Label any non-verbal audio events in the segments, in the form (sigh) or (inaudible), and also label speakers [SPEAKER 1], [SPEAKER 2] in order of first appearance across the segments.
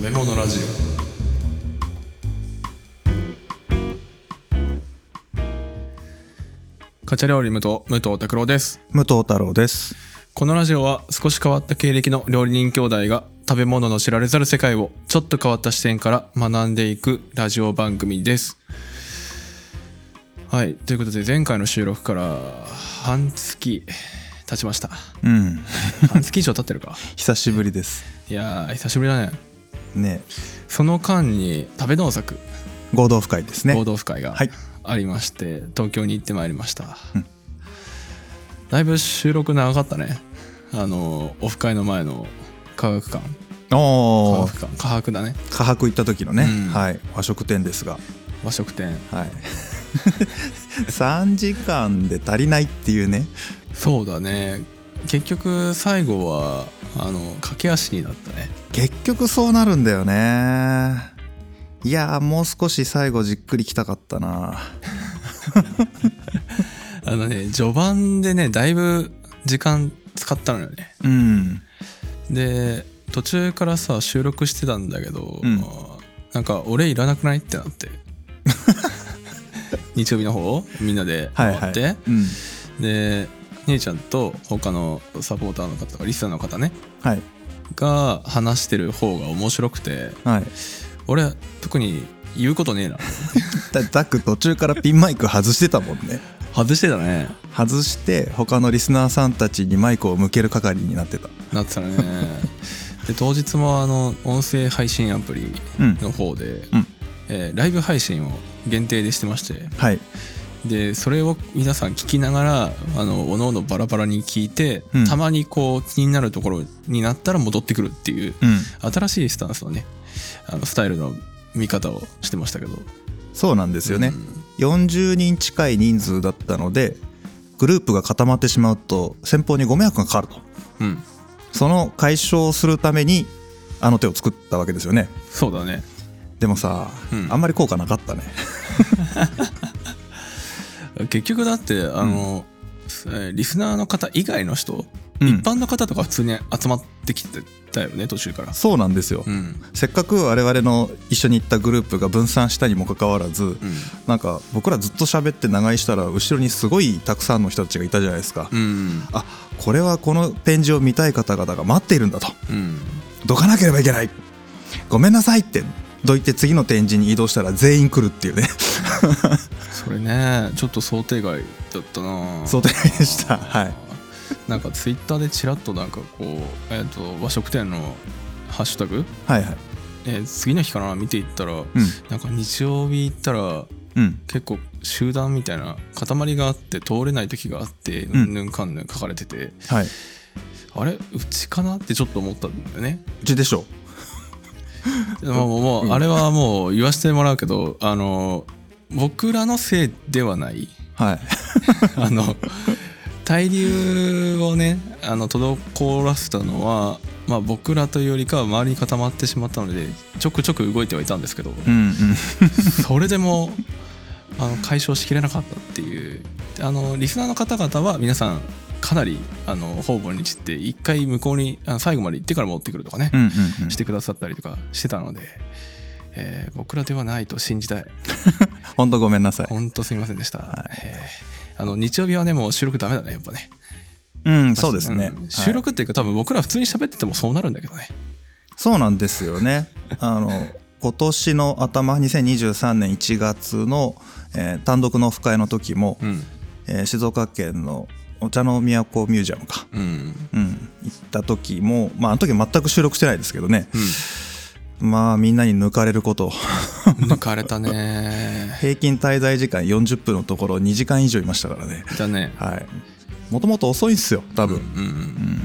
[SPEAKER 1] メモのラジオカチャ料理無糖武藤拓郎です
[SPEAKER 2] 武藤太郎です
[SPEAKER 1] このラジオは少し変わった経歴の料理人兄弟が食べ物の知られざる世界をちょっと変わった視点から学んでいくラジオ番組ですはいということで前回の収録から半月経ちました
[SPEAKER 2] うん
[SPEAKER 1] 半月以上経ってるか
[SPEAKER 2] 久しぶりです
[SPEAKER 1] いやー久しぶりだね
[SPEAKER 2] ね
[SPEAKER 1] その間に食べ農作
[SPEAKER 2] 合同深いですね
[SPEAKER 1] 合同会が
[SPEAKER 2] はい
[SPEAKER 1] ありまして、東京に行ってまいりました、
[SPEAKER 2] うん
[SPEAKER 1] だいぶ収録長かったねあのオフ会の前の科学館科
[SPEAKER 2] おお
[SPEAKER 1] 学館科博だね
[SPEAKER 2] 科博行った時のね、
[SPEAKER 1] うん
[SPEAKER 2] はい和食店ですが
[SPEAKER 1] 和食店
[SPEAKER 2] はい (laughs) 3時間で足りないっていうね
[SPEAKER 1] そうだね結局最後はあの駆け足になったね
[SPEAKER 2] 結局そうなるんだよねいやーもう少し最後じっくり来たかったな
[SPEAKER 1] あのね序盤でねだいぶ時間使ったのよね
[SPEAKER 2] うん
[SPEAKER 1] で途中からさ収録してたんだけど、
[SPEAKER 2] うん
[SPEAKER 1] なんか俺いらなくないってなって
[SPEAKER 2] (laughs)
[SPEAKER 1] 日曜日の方みんなで
[SPEAKER 2] は
[SPEAKER 1] 回
[SPEAKER 2] いは
[SPEAKER 1] っ
[SPEAKER 2] い
[SPEAKER 1] て、
[SPEAKER 2] うん
[SPEAKER 1] で姉ちゃんと他のサポーターの方とかリスナーの方ね
[SPEAKER 2] はい
[SPEAKER 1] が話してる方が面白くて
[SPEAKER 2] はい
[SPEAKER 1] 俺特に言うことねえな
[SPEAKER 2] だザック途中からピンマイク外してたもんね
[SPEAKER 1] 外してたね
[SPEAKER 2] 外して他のリスナーさんたちにマイクを向ける係になってた
[SPEAKER 1] なってたねで当日もあの音声配信アプリ
[SPEAKER 2] うん
[SPEAKER 1] の方で、
[SPEAKER 2] うん
[SPEAKER 1] えーライブ配信を限定でしてまして
[SPEAKER 2] はい
[SPEAKER 1] でそれを皆さん聞きながらあのおののバラバラに聞いて、
[SPEAKER 2] うん
[SPEAKER 1] たまにこう気になるところになったら戻ってくるっていう
[SPEAKER 2] うん
[SPEAKER 1] 新しいスタンスのねあのスタイルの見方をしてましたけど
[SPEAKER 2] そうなんですよね、40人近い人数だったのでグループが固まってしまうと先方にご迷惑がかかると
[SPEAKER 1] うん、うん
[SPEAKER 2] その解消をするためにあの手を作ったわけですよね
[SPEAKER 1] そうだね
[SPEAKER 2] でもさ、
[SPEAKER 1] うん
[SPEAKER 2] あんまり効果なかったね
[SPEAKER 1] 結局だってあの、えーリスナーの方以外の人、
[SPEAKER 2] うん
[SPEAKER 1] 一般の方とか普通に集まってきてたよね途中から
[SPEAKER 2] そうなんですよ、
[SPEAKER 1] うん
[SPEAKER 2] せっかく我々の一緒に行ったグループが分散したにもかかわらず、
[SPEAKER 1] うん
[SPEAKER 2] なんか僕らずっと喋って長居したら後ろにすごいたくさんの人たちがいたじゃないですか、
[SPEAKER 1] うん
[SPEAKER 2] あこれはこの展示を見たい方々が待っているんだと
[SPEAKER 1] うん
[SPEAKER 2] どかなければいけないごめんなさいってどいて次の展示に移動したら全員来るっていうね (laughs)
[SPEAKER 1] それねちょっと想定外だったな
[SPEAKER 2] 想定外でしたはい
[SPEAKER 1] なんかツイッターでちらっとなんかこう、えー、と和食店のハッシュタグ、
[SPEAKER 2] はいはい
[SPEAKER 1] えー次の日かな見ていったら、なんか日曜日行ったら
[SPEAKER 2] うんうん
[SPEAKER 1] 結構集団みたいな塊があって通れない時があって
[SPEAKER 2] ん
[SPEAKER 1] うんぬんかんぬん書かれてて、
[SPEAKER 2] はいう
[SPEAKER 1] あれうちかなってちょっと思ったんだよね。
[SPEAKER 2] ちでしょ
[SPEAKER 1] でももうもうあれはもう言わせてもらうけどあの僕らのせいではない。
[SPEAKER 2] はい
[SPEAKER 1] (laughs) あの対流をねあの滞らせたのは、まあ、僕らというよりかは周りに固まってしまったのでちょくちょく動いてはいたんですけど
[SPEAKER 2] うんうん
[SPEAKER 1] それでもあの解消しきれなかったっていうあのリスナーの方々は皆さんかなりあの方々に散って一回向こうにあの最後まで行ってから戻ってくるとかね、
[SPEAKER 2] うんうんうん
[SPEAKER 1] してくださったりとかしてたので、えー僕らではないと信じたい
[SPEAKER 2] ほんとごめんなさい
[SPEAKER 1] 本当すみませんでした、えーあの日曜日はねもう収録ダメだねやっぱね
[SPEAKER 2] うんそうですね、
[SPEAKER 1] うん収録っていうか、多分僕ら普通に喋っててもそうなるんだけどね
[SPEAKER 2] そうなんですよね。あの (laughs) 今年の頭2023年1月の、えー単独のオフ会の時も、
[SPEAKER 1] うん
[SPEAKER 2] えー静岡県のお茶の都ミュージアムか、
[SPEAKER 1] うん
[SPEAKER 2] うん、行った時もまああの時全く収録してないですけどね、
[SPEAKER 1] うん
[SPEAKER 2] まあみんなに抜かれる (laughs) こと
[SPEAKER 1] 抜かれたね
[SPEAKER 2] 平均滞在時間40分のところ2時間以上いましたからね
[SPEAKER 1] だね
[SPEAKER 2] はいもともと遅いんですよ多分、
[SPEAKER 1] うんうん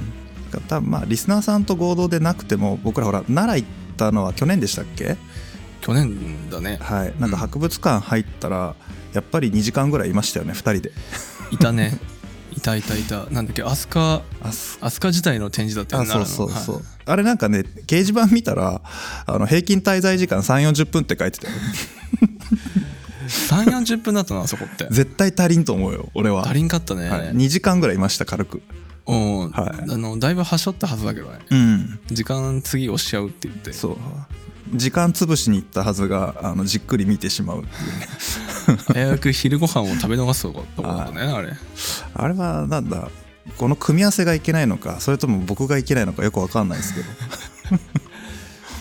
[SPEAKER 2] だから多分まあリスナーさんと合同でなくても僕らほら奈良行ったのは去年でしたっけ
[SPEAKER 1] 去年だね
[SPEAKER 2] はい、なん
[SPEAKER 1] うん
[SPEAKER 2] か博物館入ったら、やっぱり2時間ぐらいいましたよね2人で
[SPEAKER 1] いたねいたいたいたなんだっけ飛鳥
[SPEAKER 2] あす
[SPEAKER 1] 飛鳥時代の展示だったよ
[SPEAKER 2] あ
[SPEAKER 1] ね
[SPEAKER 2] そうそう
[SPEAKER 1] 奈
[SPEAKER 2] そ
[SPEAKER 1] 良
[SPEAKER 2] う、
[SPEAKER 1] のは
[SPEAKER 2] あれなんかね掲示板見たらあの平均滞在時間3 4 0分って書いてたよ
[SPEAKER 1] い3 4 0分だったなあそこ
[SPEAKER 2] (laughs)
[SPEAKER 1] って
[SPEAKER 2] 絶対足りんと思うよ俺は
[SPEAKER 1] 足りんかったね、
[SPEAKER 2] はい、2時間ぐらいいました軽く
[SPEAKER 1] うん、
[SPEAKER 2] はい
[SPEAKER 1] あのだいぶはしょったはずだけどね
[SPEAKER 2] うん
[SPEAKER 1] 時間次押しちゃうって言って
[SPEAKER 2] そう時間潰しに行ったはずがあのじっくり見てし
[SPEAKER 1] (laughs)
[SPEAKER 2] まうっていうね
[SPEAKER 1] 危うく昼ご飯を食べ逃すとこだった
[SPEAKER 2] (laughs)
[SPEAKER 1] ねあれ
[SPEAKER 2] あれはなんだこの組み合わせがいけないのかそれとも僕がいけないのかよくわかんないですけど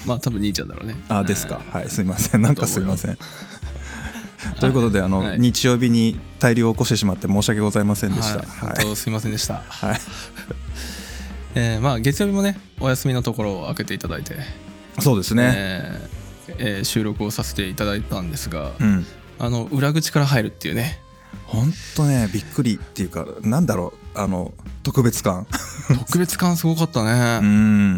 [SPEAKER 1] まあ多分兄ちゃんだろうね
[SPEAKER 2] あですか、はいすいませんなんかすいません (laughs) ということであの、
[SPEAKER 1] はい
[SPEAKER 2] 日曜日に大量を起こしてしまって申し訳ございませんで
[SPEAKER 1] で
[SPEAKER 2] し
[SPEAKER 1] したた、
[SPEAKER 2] は
[SPEAKER 1] はいい、本当すいませんでした
[SPEAKER 2] はい
[SPEAKER 1] えーまあ月曜日もねお休みのところを開けていただいて、
[SPEAKER 2] そうですね、
[SPEAKER 1] えーえー収録をさせていただいたんですが、
[SPEAKER 2] うん
[SPEAKER 1] あの裏口から入るっていうね
[SPEAKER 2] ほんとねびっくりっていうかなんだろうあの特別感
[SPEAKER 1] 特別感すごかった
[SPEAKER 2] う
[SPEAKER 1] ね、
[SPEAKER 2] ん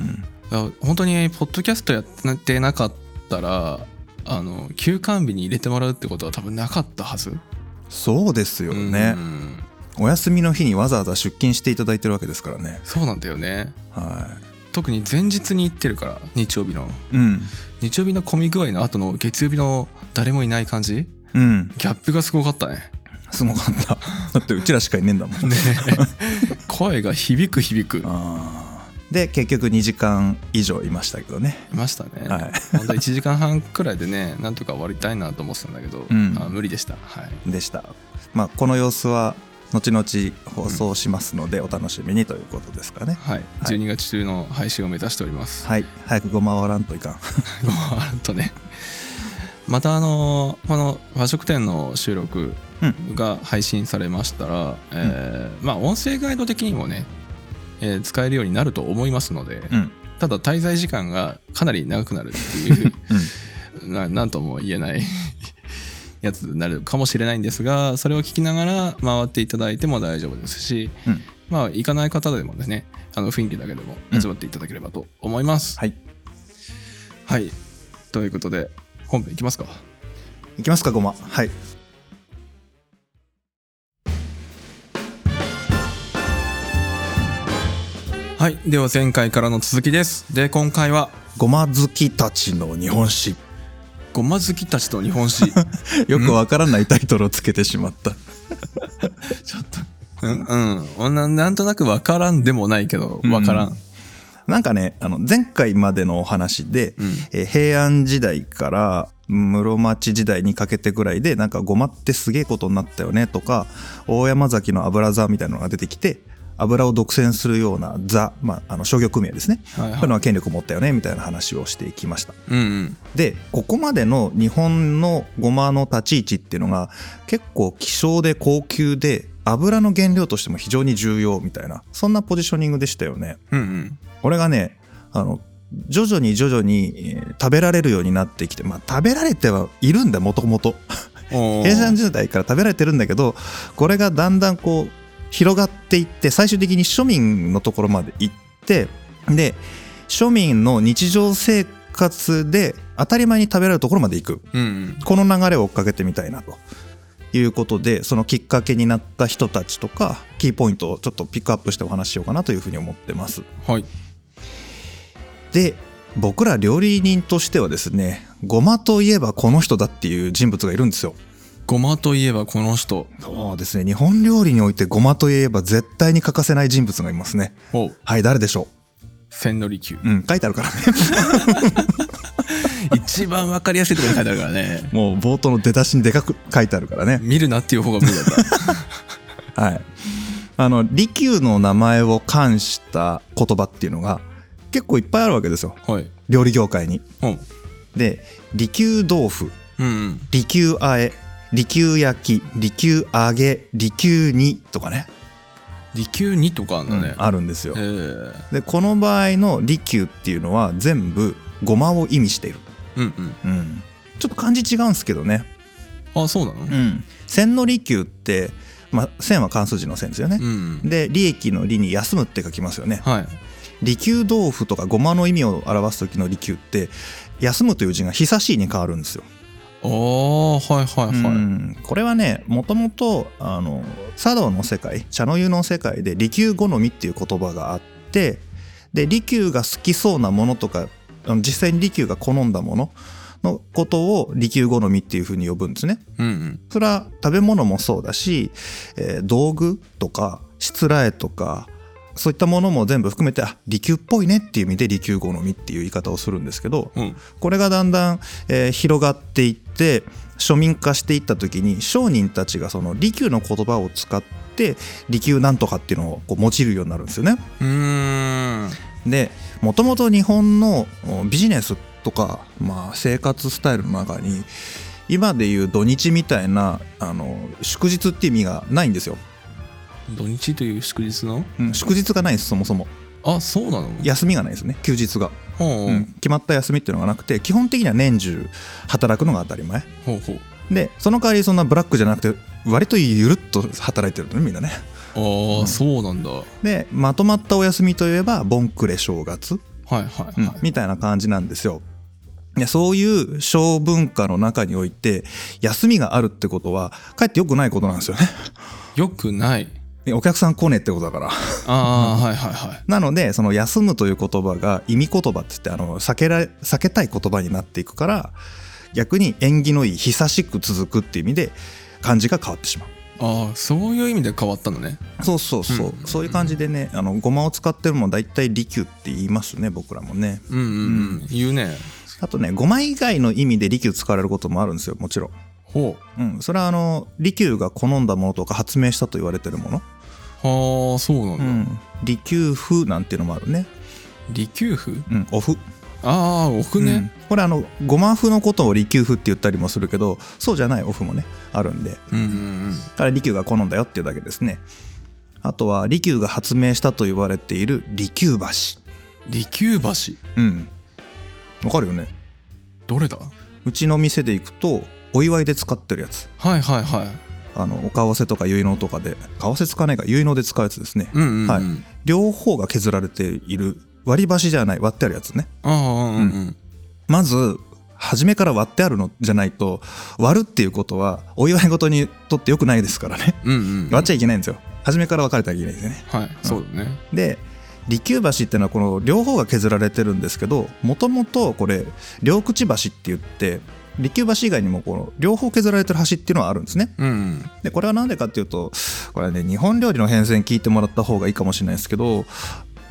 [SPEAKER 1] いや本当にポッドキャストやってなかったらあの休館日に入れてもらうってことは多分なかったはず
[SPEAKER 2] そうですよね
[SPEAKER 1] う、ん
[SPEAKER 2] お休みの日にわざわざ出勤していただいてるわけですからね
[SPEAKER 1] そうなんだよね
[SPEAKER 2] は
[SPEAKER 1] 特に前日に行ってるから日曜日の
[SPEAKER 2] いうん
[SPEAKER 1] 日曜日の混み具合の後の月曜日の誰もいない感じ
[SPEAKER 2] うん
[SPEAKER 1] ギャップがすごかった
[SPEAKER 2] (laughs)
[SPEAKER 1] ね
[SPEAKER 2] すごかっただってうちらしかいねえんだもん
[SPEAKER 1] ね声が響く響くい
[SPEAKER 2] あーで結局2時間以上いましたけどね
[SPEAKER 1] ましたね、
[SPEAKER 2] は
[SPEAKER 1] 本当1時間半くらいでね (laughs) なんとか終わりたいなと思ってたんだけど、
[SPEAKER 2] うん
[SPEAKER 1] あ無理でしたはい
[SPEAKER 2] でした、まあ、この様子は後々放送しますのでお楽しみにということですかね、
[SPEAKER 1] はい、12月中の配信を目指しております。 (laughs)
[SPEAKER 2] はい早くごまわらんといかん
[SPEAKER 1] ごまんとね。またあのこの和食店の収録が配信されましたら、えーまあ音声ガイド的にもね、えー使えるようになると思いますので、
[SPEAKER 2] うん
[SPEAKER 1] ただ滞在時間がかなり長くなるっていう、ななんとも言えない (laughs) やつになるかもしれないんですがそれを聞きながら回っていただいても大丈夫ですし、
[SPEAKER 2] うん
[SPEAKER 1] まあ行かない方でもですねあの雰囲気だけでも味わっていただければと思います。
[SPEAKER 2] はい
[SPEAKER 1] はい、ということで本編いきますか。
[SPEAKER 2] いきますかごまはい
[SPEAKER 1] はい、では前回からの続きです。で今回は
[SPEAKER 2] ごま好きたちの日本史
[SPEAKER 1] ごま好きたちと日本史 (laughs) ちょっ
[SPEAKER 2] よくわからないタイトルをつけてしまった
[SPEAKER 1] とうん、うん、ななんとなくわからんでもないけどわからん。
[SPEAKER 2] うんなんかねあの前回までのお話で、
[SPEAKER 1] ん
[SPEAKER 2] えー平安時代から室町時代にかけてぐらいでなんかごまってすげえことになったよねとか大山崎の油座みたいなのが出てきて油を独占するような座、まあ、あの商業組合ですね、
[SPEAKER 1] はいはい
[SPEAKER 2] そういうのは権力を持ったよねみたいな話をしていきました
[SPEAKER 1] うんうん
[SPEAKER 2] でここまでの日本のごまの立ち位置っていうのが結構希少で高級で油の原料としても非常に重要みたいなそんなポジショニングでしたよね。
[SPEAKER 1] うんうん
[SPEAKER 2] 俺がねあの徐々に徐々に、えー食べられるようになってきてまあ食べられてはいるんだもともと
[SPEAKER 1] おー
[SPEAKER 2] 平安時代から食べられてるんだけどこれがだんだんこう広がっていって最終的に庶民のところまで行ってで庶民の日常生活で当たり前に食べられるところまで行く
[SPEAKER 1] うんうん
[SPEAKER 2] この流れを追っかけてみたいなということでそのきっかけになった人たちとかキーポイントをちょっとピックアップしてお話ししようかなというふうに思ってます。
[SPEAKER 1] はい。
[SPEAKER 2] で僕ら料理人としてはですねごまといえばこの人だっていう人物がいるんですよ
[SPEAKER 1] ごまといえばこの人。
[SPEAKER 2] そうですね日本料理においてごまといえば絶対に欠かせない人物がいますね
[SPEAKER 1] おう
[SPEAKER 2] はい誰でしょ
[SPEAKER 1] 千利休。
[SPEAKER 2] ううん書いてあるからね
[SPEAKER 1] (laughs)
[SPEAKER 2] (laughs)
[SPEAKER 1] 一番わかりやすいところに書いてあるからね。
[SPEAKER 2] もう冒頭の出だしにでかく書いてあるからね
[SPEAKER 1] 見るなっていう方が無理だった。
[SPEAKER 2] はいあの利休の名前を冠した言葉っていうのが結構いっぱいあるわけですよ
[SPEAKER 1] (laughs) はい。
[SPEAKER 2] 料理業界に
[SPEAKER 1] おう
[SPEAKER 2] で利休豆腐
[SPEAKER 1] うんうん。
[SPEAKER 2] 利休あえ利休焼き利休揚げ利休煮とかね
[SPEAKER 1] 利休2とかあんだね。
[SPEAKER 2] あるんですよ
[SPEAKER 1] ええ
[SPEAKER 2] でこの場合の利休っていうのは全部ごまを意味している、
[SPEAKER 1] うんうん。
[SPEAKER 2] うん、ちょっと漢字違うんですけどね、
[SPEAKER 1] あ、そうなのうん
[SPEAKER 2] ん、線の利休って、まあ、線は漢数字の線ですよね、
[SPEAKER 1] うん。
[SPEAKER 2] で利益の利に休むって書きますよね
[SPEAKER 1] はい。
[SPEAKER 2] 利休豆腐とかごまの意味を表す時の利休って休むという字が久しいに変わるんですよ、
[SPEAKER 1] おー、はいはいうはい。
[SPEAKER 2] んこれはねもともとあの茶道の世界茶の湯の世界で利休好みっていう言葉があってで利休が好きそうなものとかあの実際に利休が好んだもののことを利休好みっていうふうに呼ぶんですね。
[SPEAKER 1] うんうん。
[SPEAKER 2] それは食べ物もそうだし、えー道具とかしつらえとかそういったものも全部含めてあ利休っぽいねっていう意味で利休好みっていう言い方をするんですけど
[SPEAKER 1] うん
[SPEAKER 2] これがだんだん、えー広がっていって庶民化していった時に商人たちがその利休の言葉を使って利休なんとかっていうのをこう用いるようになるんですよね。
[SPEAKER 1] うーん
[SPEAKER 2] でもともと日本のおビジネスとか、まあ、生活スタイルの中に今でいう土日みたいなあの祝日って意味がないんですよ、
[SPEAKER 1] 土日という祝日の
[SPEAKER 2] うん祝日がないですそもそも
[SPEAKER 1] あそうなの
[SPEAKER 2] 休みがないですね休日が、
[SPEAKER 1] ほう
[SPEAKER 2] うん決まった休みっていうのがなくて基本的には年中働くのが当たり前
[SPEAKER 1] ほうほう
[SPEAKER 2] でその代わりそんなブラックじゃなくて割とゆるっと働いてるのねみんなね
[SPEAKER 1] ああ、
[SPEAKER 2] うん
[SPEAKER 1] そうなんだはい
[SPEAKER 2] でまとまったお休みといえば盆暮れ正月
[SPEAKER 1] はいはい、
[SPEAKER 2] うんみたいな感じなんですよ。でそういう小文化の中において休みがあるってことはかえって良くないことなんですよね。
[SPEAKER 1] よくない
[SPEAKER 2] でお客さん来ねえってことだから。
[SPEAKER 1] ああはいはいはい
[SPEAKER 2] なのでその休むという言葉が意味言葉って言ってあの避けられ避けたい言葉になっていくから逆に縁起のいい久しく続くっていう意味で漢字が変わってしまう。
[SPEAKER 1] ああそういう意味で変わったのね
[SPEAKER 2] そうそうそう、
[SPEAKER 1] うん
[SPEAKER 2] そういう感じでねあのごまを使ってるもん大体利休って言いますね僕らもね。
[SPEAKER 1] うんうん、うん、言うね
[SPEAKER 2] あとねごま以外の意味で利休使われることもあるんですよもちろん。
[SPEAKER 1] ほ
[SPEAKER 2] うん、それはあの利休が好んだものとか発明したと言われてるもの、
[SPEAKER 1] うはあそうなん
[SPEAKER 2] う
[SPEAKER 1] だ、
[SPEAKER 2] ん、利休風なんていうのもあるね、
[SPEAKER 1] 利休符
[SPEAKER 2] うん、お麩、
[SPEAKER 1] ああお麩ね、
[SPEAKER 2] うんこれあのごま風のことを利休風って言ったりもするけどそうじゃないお麩もねあるんで
[SPEAKER 1] うんうん
[SPEAKER 2] だから利休が好んだよっていうだけですねあとは利休が発明したと言われている利休橋
[SPEAKER 1] うん利休橋
[SPEAKER 2] うんわかるよね
[SPEAKER 1] どれだ
[SPEAKER 2] うちの店で行くとお祝いで使ってるやつ
[SPEAKER 1] はいはいはい
[SPEAKER 2] あのお為替とか結納とかで為替使わないか結納で使うやつですね
[SPEAKER 1] うんうん、うん、
[SPEAKER 2] はい両方が削られている割り箸じゃない割ってあるやつね
[SPEAKER 1] ああうんうん
[SPEAKER 2] まず初めから割ってあるのじゃないと割るっていうことはお祝い事にとってよくないですからね
[SPEAKER 1] うんうんうん
[SPEAKER 2] 割っちゃいけないんですよ初めから分かれたらいけないですよね
[SPEAKER 1] はいそうだね
[SPEAKER 2] で利休橋ってのはこの両方が削られてるんですけどもともとこれ両口橋って言って利休橋以外にもこの両方削られてる橋っていうのはあるんですね
[SPEAKER 1] うんうん
[SPEAKER 2] でこれは何でかっていうとこれね日本料理の変遷聞いてもらった方がいいかもしれないですけど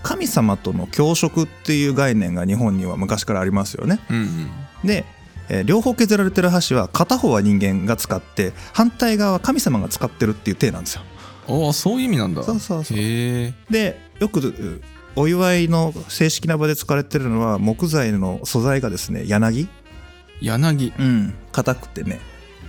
[SPEAKER 2] 神様との共食っていう概念が日本には昔からありますよね。
[SPEAKER 1] うんうん
[SPEAKER 2] で、えー両方削られてる箸は片方は人間が使って反対側は神様が使ってるっていう体なんですよ。
[SPEAKER 1] ああそういう意味なんだ
[SPEAKER 2] そうそうそう
[SPEAKER 1] へえ
[SPEAKER 2] でよくうお祝いの正式な場で使われてるのは木材の素材がですね柳
[SPEAKER 1] 柳
[SPEAKER 2] うん硬くてね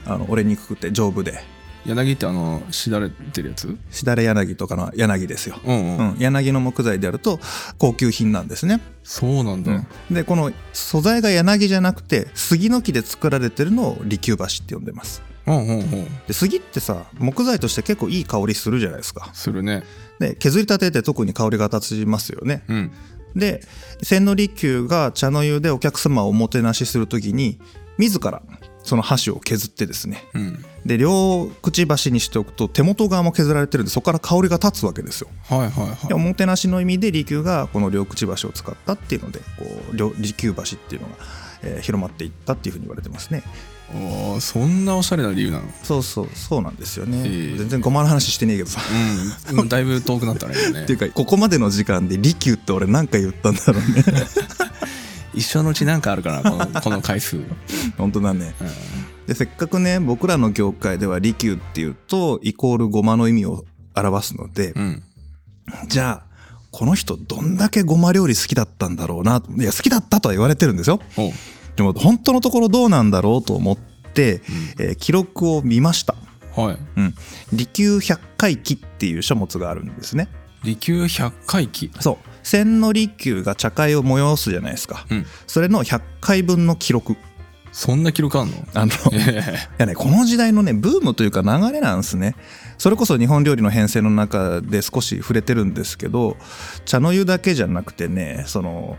[SPEAKER 2] あの折れにくくて丈夫で
[SPEAKER 1] 柳ってあのしだれてるやつ
[SPEAKER 2] しだれ柳とかの柳ですよ。
[SPEAKER 1] うんう、
[SPEAKER 2] うんん、柳の木材であると高級品なんですね、
[SPEAKER 1] そうなんだ、
[SPEAKER 2] でこの素材が柳じゃなくて杉の木で作られてるのを利休橋って呼んでます
[SPEAKER 1] うんうんうん
[SPEAKER 2] で杉ってさ木材として結構いい香りするじゃないですか
[SPEAKER 1] するね
[SPEAKER 2] で削りたてて特に香りが立ちますよね
[SPEAKER 1] うん
[SPEAKER 2] で千利休が茶の湯でお客様をおもてなしする時に自らその箸を削ってですね
[SPEAKER 1] うん
[SPEAKER 2] で両くちばしにしておくと手元側も削られてるんでそこから香りが立つわけですよ
[SPEAKER 1] はいはいはい
[SPEAKER 2] でおもてなしの意味で利休がこの両口橋を使ったっていうのでこう両利休橋っていうのが、えー広まっていったっていうふうに言われてますね
[SPEAKER 1] ああそんなおしゃれな理由なの
[SPEAKER 2] そうそうそうなんですよね、
[SPEAKER 1] えー
[SPEAKER 2] 全然ごまの話してねえけどさ (laughs)
[SPEAKER 1] うんうんだいぶ遠くなったね今ね
[SPEAKER 2] っていうかここまでの時間で利休って俺何回言ったんだろうね (laughs)
[SPEAKER 1] 一生のうちなんかあるかなこ (laughs) のこの回数、うん、
[SPEAKER 2] 本当だねでせっかくね僕らの業界では利休っていうとイコールごまの意味を表すので、
[SPEAKER 1] うん
[SPEAKER 2] じゃあこの人どんだけごま料理好きだったんだろうないや好きだったとは言われてるんですよ
[SPEAKER 1] おう
[SPEAKER 2] でも本当のところどうなんだろうと思って、えー記録を見ました。
[SPEAKER 1] はい
[SPEAKER 2] うん、利休百回忌っていう書物があるんですね。
[SPEAKER 1] 利休百回忌
[SPEAKER 2] そう千利休が茶会を催すじゃないですか。
[SPEAKER 1] うん
[SPEAKER 2] それの100回分の記録。
[SPEAKER 1] そんな記録あんの
[SPEAKER 2] あの (laughs) い
[SPEAKER 1] え
[SPEAKER 2] やねこの時代のねブームというか流れなんですね。それこそ日本料理の編成の中で少し触れてるんですけど茶の湯だけじゃなくてねその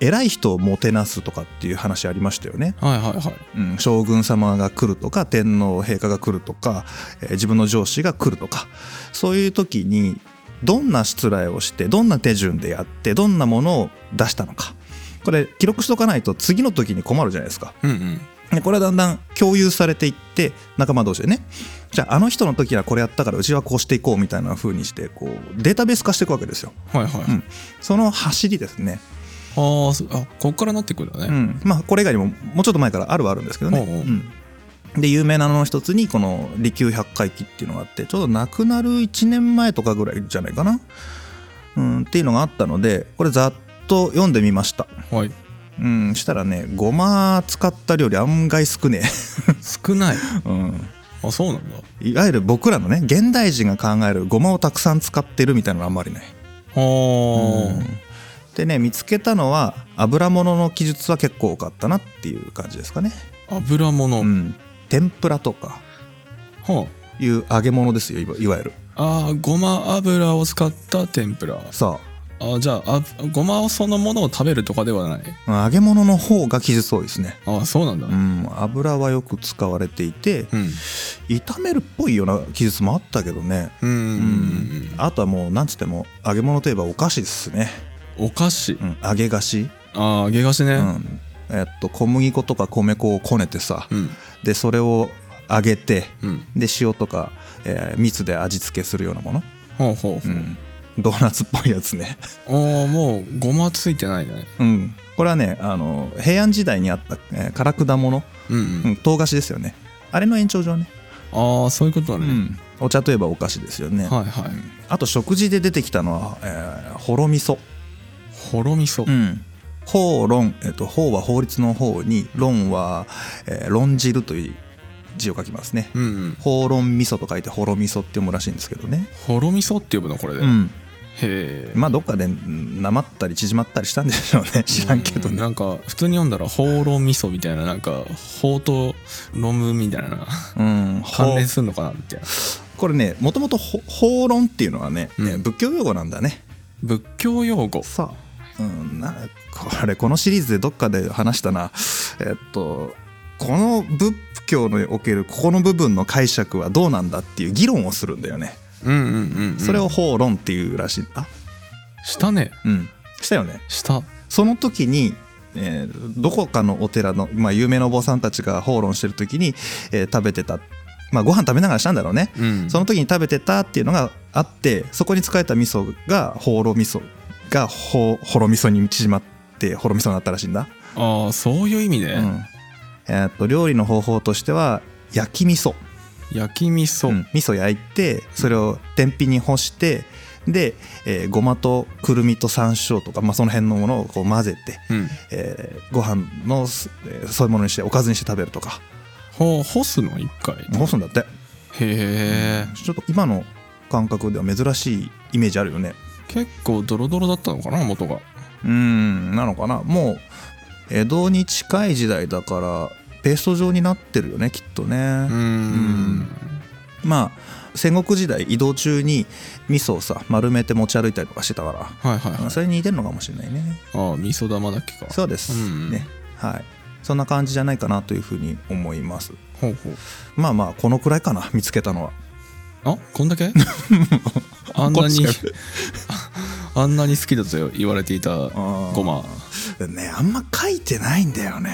[SPEAKER 2] 偉い人をもてなすとかっていう話ありましたよね。
[SPEAKER 1] えはいはいはい
[SPEAKER 2] うん、将軍様が来るとか天皇陛下が来るとか、えー自分の上司が来るとかそういう時にどんな失礼をしてどんな手順でやってどんなものを出したのかこれ記録しとかないと次の時に困るじゃないですか
[SPEAKER 1] うんうん
[SPEAKER 2] でこれはだんだん共有されていって仲間同士でねじゃああの人の時はこれやったからうちはこうしていこうみたいな風にしてこうデータベース化していくわけですよ
[SPEAKER 1] はいはい、
[SPEAKER 2] うんその走りですね、
[SPEAKER 1] ああそあこっからなってくるんだ
[SPEAKER 2] う
[SPEAKER 1] ね、
[SPEAKER 2] ん、まあこれ以外にももうちょっと前からあるはあるんですけどね
[SPEAKER 1] おうおう
[SPEAKER 2] うん、で有名なのの一つにこの「利休百回忌」っていうのがあってちょうど亡くなる1年前とかぐらいじゃないかな、うん、っていうのがあったのでこれざっと読んでみました
[SPEAKER 1] はい
[SPEAKER 2] うんしたらねごま使った料理案外少ね
[SPEAKER 1] 少ない
[SPEAKER 2] え、 (laughs) うん、
[SPEAKER 1] あそうなんだあ
[SPEAKER 2] いわゆる僕らのね現代人が考えるごまをたくさん使ってるみたいなのあんまりない。
[SPEAKER 1] あ、
[SPEAKER 2] うんでね見つけたのは油物の記述は結構多かったなっていう感じですかね。
[SPEAKER 1] 油物、
[SPEAKER 2] うん、天ぷらとか
[SPEAKER 1] は
[SPEAKER 2] いう揚げ物ですよいわいわゆる。
[SPEAKER 1] ああーごま油を使った天ぷら
[SPEAKER 2] さ
[SPEAKER 1] あーじゃああごまそのものを食べるとかではない
[SPEAKER 2] あ揚げ物の方が記述多いですね。
[SPEAKER 1] ああそうなんだ
[SPEAKER 2] う
[SPEAKER 1] うん、
[SPEAKER 2] ん、油はよく使われていて炒めるっぽいような記述もあったけどね。
[SPEAKER 1] うん
[SPEAKER 2] うん、あとはもうなんつっても揚げ物といえばお菓子ですね。
[SPEAKER 1] お菓子
[SPEAKER 2] うん、揚げ菓子。
[SPEAKER 1] ああ揚げ菓子
[SPEAKER 2] う
[SPEAKER 1] ね
[SPEAKER 2] んえっと、小麦粉とか米粉をこねてさ、
[SPEAKER 1] うん
[SPEAKER 2] でそれを揚げて
[SPEAKER 1] うん
[SPEAKER 2] で塩とか、えー蜜で味付けするようなもの、
[SPEAKER 1] ほうほう
[SPEAKER 2] う
[SPEAKER 1] ほう、
[SPEAKER 2] ん、ドーナツっぽいやつね、
[SPEAKER 1] ああもうごまついてないね
[SPEAKER 2] うん、これはねあの平安時代にあった、えー、辛果物、
[SPEAKER 1] うん、う、
[SPEAKER 2] うんん、唐菓子ですよねあれの延長上ね、
[SPEAKER 1] ああそういうことだ
[SPEAKER 2] う
[SPEAKER 1] ね、
[SPEAKER 2] ん、お茶といえばお菓子ですよね、
[SPEAKER 1] はいはい
[SPEAKER 2] うんあと食事で出てきたのは、えーほろみそ、
[SPEAKER 1] ほろみそ、
[SPEAKER 2] うん、法論、えっと法は法律の法に論は、えー論じるという字を書きますね
[SPEAKER 1] うんうん、
[SPEAKER 2] ほうろん味噌と書いてほろ味噌って読むらしいんですけどね、
[SPEAKER 1] ほろみそって呼ぶのこれで、
[SPEAKER 2] う
[SPEAKER 1] へ
[SPEAKER 2] ん、
[SPEAKER 1] え
[SPEAKER 2] まあどっかでうんなまったり縮まったりしたんでしょうね知らんけど
[SPEAKER 1] う
[SPEAKER 2] ね
[SPEAKER 1] なんか普通に読んだら「ほうろみそ」みたいななんか「ほうとロム」みたいな
[SPEAKER 2] うん
[SPEAKER 1] 関
[SPEAKER 2] ほう
[SPEAKER 1] 連するのかなみたいな
[SPEAKER 2] これねもともとほ法論っていうのはね、
[SPEAKER 1] うん
[SPEAKER 2] えー仏教用語なんだね
[SPEAKER 1] 仏教用語
[SPEAKER 2] さあ、うん、なこれこのシリーズでどっかで話したなえっとこの仏教におけるここの部分の解釈はどうなんだっていう議論をするんだよね
[SPEAKER 1] うんうんうん、うん、
[SPEAKER 2] それを法論っていうらしいあ
[SPEAKER 1] したね
[SPEAKER 2] うんしたよね
[SPEAKER 1] した
[SPEAKER 2] その時に、えーどこかのお寺の、まあ、有名なお坊さんたちが討論してる時に、えー食べてた、まあ、ご飯食べながらしたんだろうね、
[SPEAKER 1] うん
[SPEAKER 2] その時に食べてたっていうのがあってそこに使えた味噌がほうろ味噌がほほろ味噌に縮まってほろ味噌になったらしいんだ、
[SPEAKER 1] ああそういう意味で、
[SPEAKER 2] うんえーっと料理の方法としては焼き味噌、
[SPEAKER 1] 焼き味噌、
[SPEAKER 2] うん味噌焼いてそれを天日に干してで、えーごまとくるみと山椒とか、まあ、その辺のものをこう混ぜて
[SPEAKER 1] うん
[SPEAKER 2] えーご飯のすえーそういうものにしておかずにして食べるとか
[SPEAKER 1] ほ干すの一回
[SPEAKER 2] 干すんだって
[SPEAKER 1] へえ
[SPEAKER 2] ちょっと今の感覚では珍しいイメージあるよね
[SPEAKER 1] 結構ドロドロだったのかな元が
[SPEAKER 2] うーんなのかなもう江戸に近い時代だからペースト状になってるよねきっとね
[SPEAKER 1] うー、ん
[SPEAKER 2] まあ戦国時代移動中に味噌をさ丸めて持ち歩いたりとかしてたか
[SPEAKER 1] はいはいはい
[SPEAKER 2] らそれに似てるのかもしれないね
[SPEAKER 1] ああ味噌玉だっけか
[SPEAKER 2] そうです、
[SPEAKER 1] うん
[SPEAKER 2] ねはいそんな感じじゃないかなというふうに思います
[SPEAKER 1] ほうほう
[SPEAKER 2] まあまあこのくらいかな見つけたのは
[SPEAKER 1] あこんだ
[SPEAKER 2] (laughs)
[SPEAKER 1] けあんなに
[SPEAKER 2] こっち
[SPEAKER 1] あんなに好きだと言われていたごま
[SPEAKER 2] ねあんま書いてないんだよね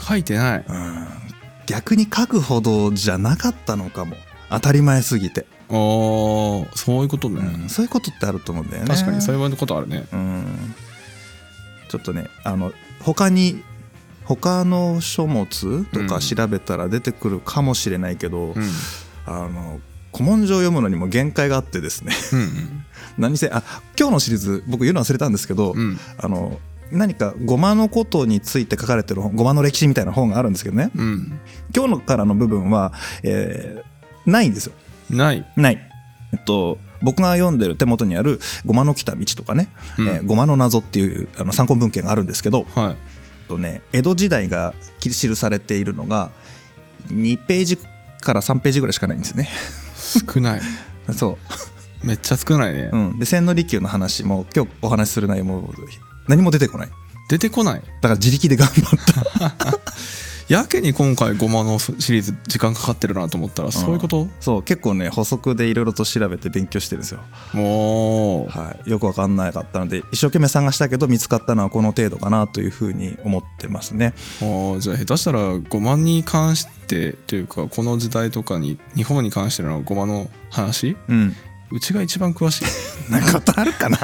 [SPEAKER 1] 書いてない
[SPEAKER 2] うん逆に書くほどじゃなかったのかも当たり前すぎて、
[SPEAKER 1] あーそういうことね、
[SPEAKER 2] うん、そういうことってあると思うんだよね
[SPEAKER 1] 確かにそう
[SPEAKER 2] う、
[SPEAKER 1] いうことあるね
[SPEAKER 2] ん、ちょっとねあの他に他の書物と
[SPEAKER 1] う
[SPEAKER 2] か
[SPEAKER 1] ん
[SPEAKER 2] 調べたら出てくるかもしれないけど、
[SPEAKER 1] うん、うん
[SPEAKER 2] あの古文書を読むのにも限界があってですね (laughs) 何せあ今日のシリーズ僕言うの忘れたんですけど、
[SPEAKER 1] うんうん
[SPEAKER 2] あの何かごまのことについて書かれてる本ごまの歴史みたいな本があるんですけどね
[SPEAKER 1] うん
[SPEAKER 2] 今日のからの部分は、えーないんですよ
[SPEAKER 1] ない
[SPEAKER 2] ない。えっと僕が読んでる手元にある「ごまの来た道」とかね「
[SPEAKER 1] うん
[SPEAKER 2] えーごまの謎」っていうあの参考文献があるんですけど、
[SPEAKER 1] はい
[SPEAKER 2] えっとね、江戸時代が記されているのが2ページから3ページぐらいしかないんですね。 (laughs)
[SPEAKER 1] 少ない
[SPEAKER 2] そ
[SPEAKER 1] めっちゃ少ないね、
[SPEAKER 2] う、うん、で千利休の話も今日お話しする内容も何も出てこない。
[SPEAKER 1] 出てこない
[SPEAKER 2] だから自力で頑張った
[SPEAKER 1] やけに今回ゴマのシリーズ時間かかってるなと思ったらそういうこと、
[SPEAKER 2] (laughs) そう結構ね補足でいろいろと調べて勉強してるんですよ、
[SPEAKER 1] もう
[SPEAKER 2] はい、よく分かんなかったので一生懸命探したけど見つかったのはこの程度かなというふうに思ってますね
[SPEAKER 1] ああじゃあ下手したらゴマに関してというかこの時代とかに日本に関してのゴマの話
[SPEAKER 2] うん
[SPEAKER 1] うちが一番詳し
[SPEAKER 2] (laughs) なんかことあるかな
[SPEAKER 1] い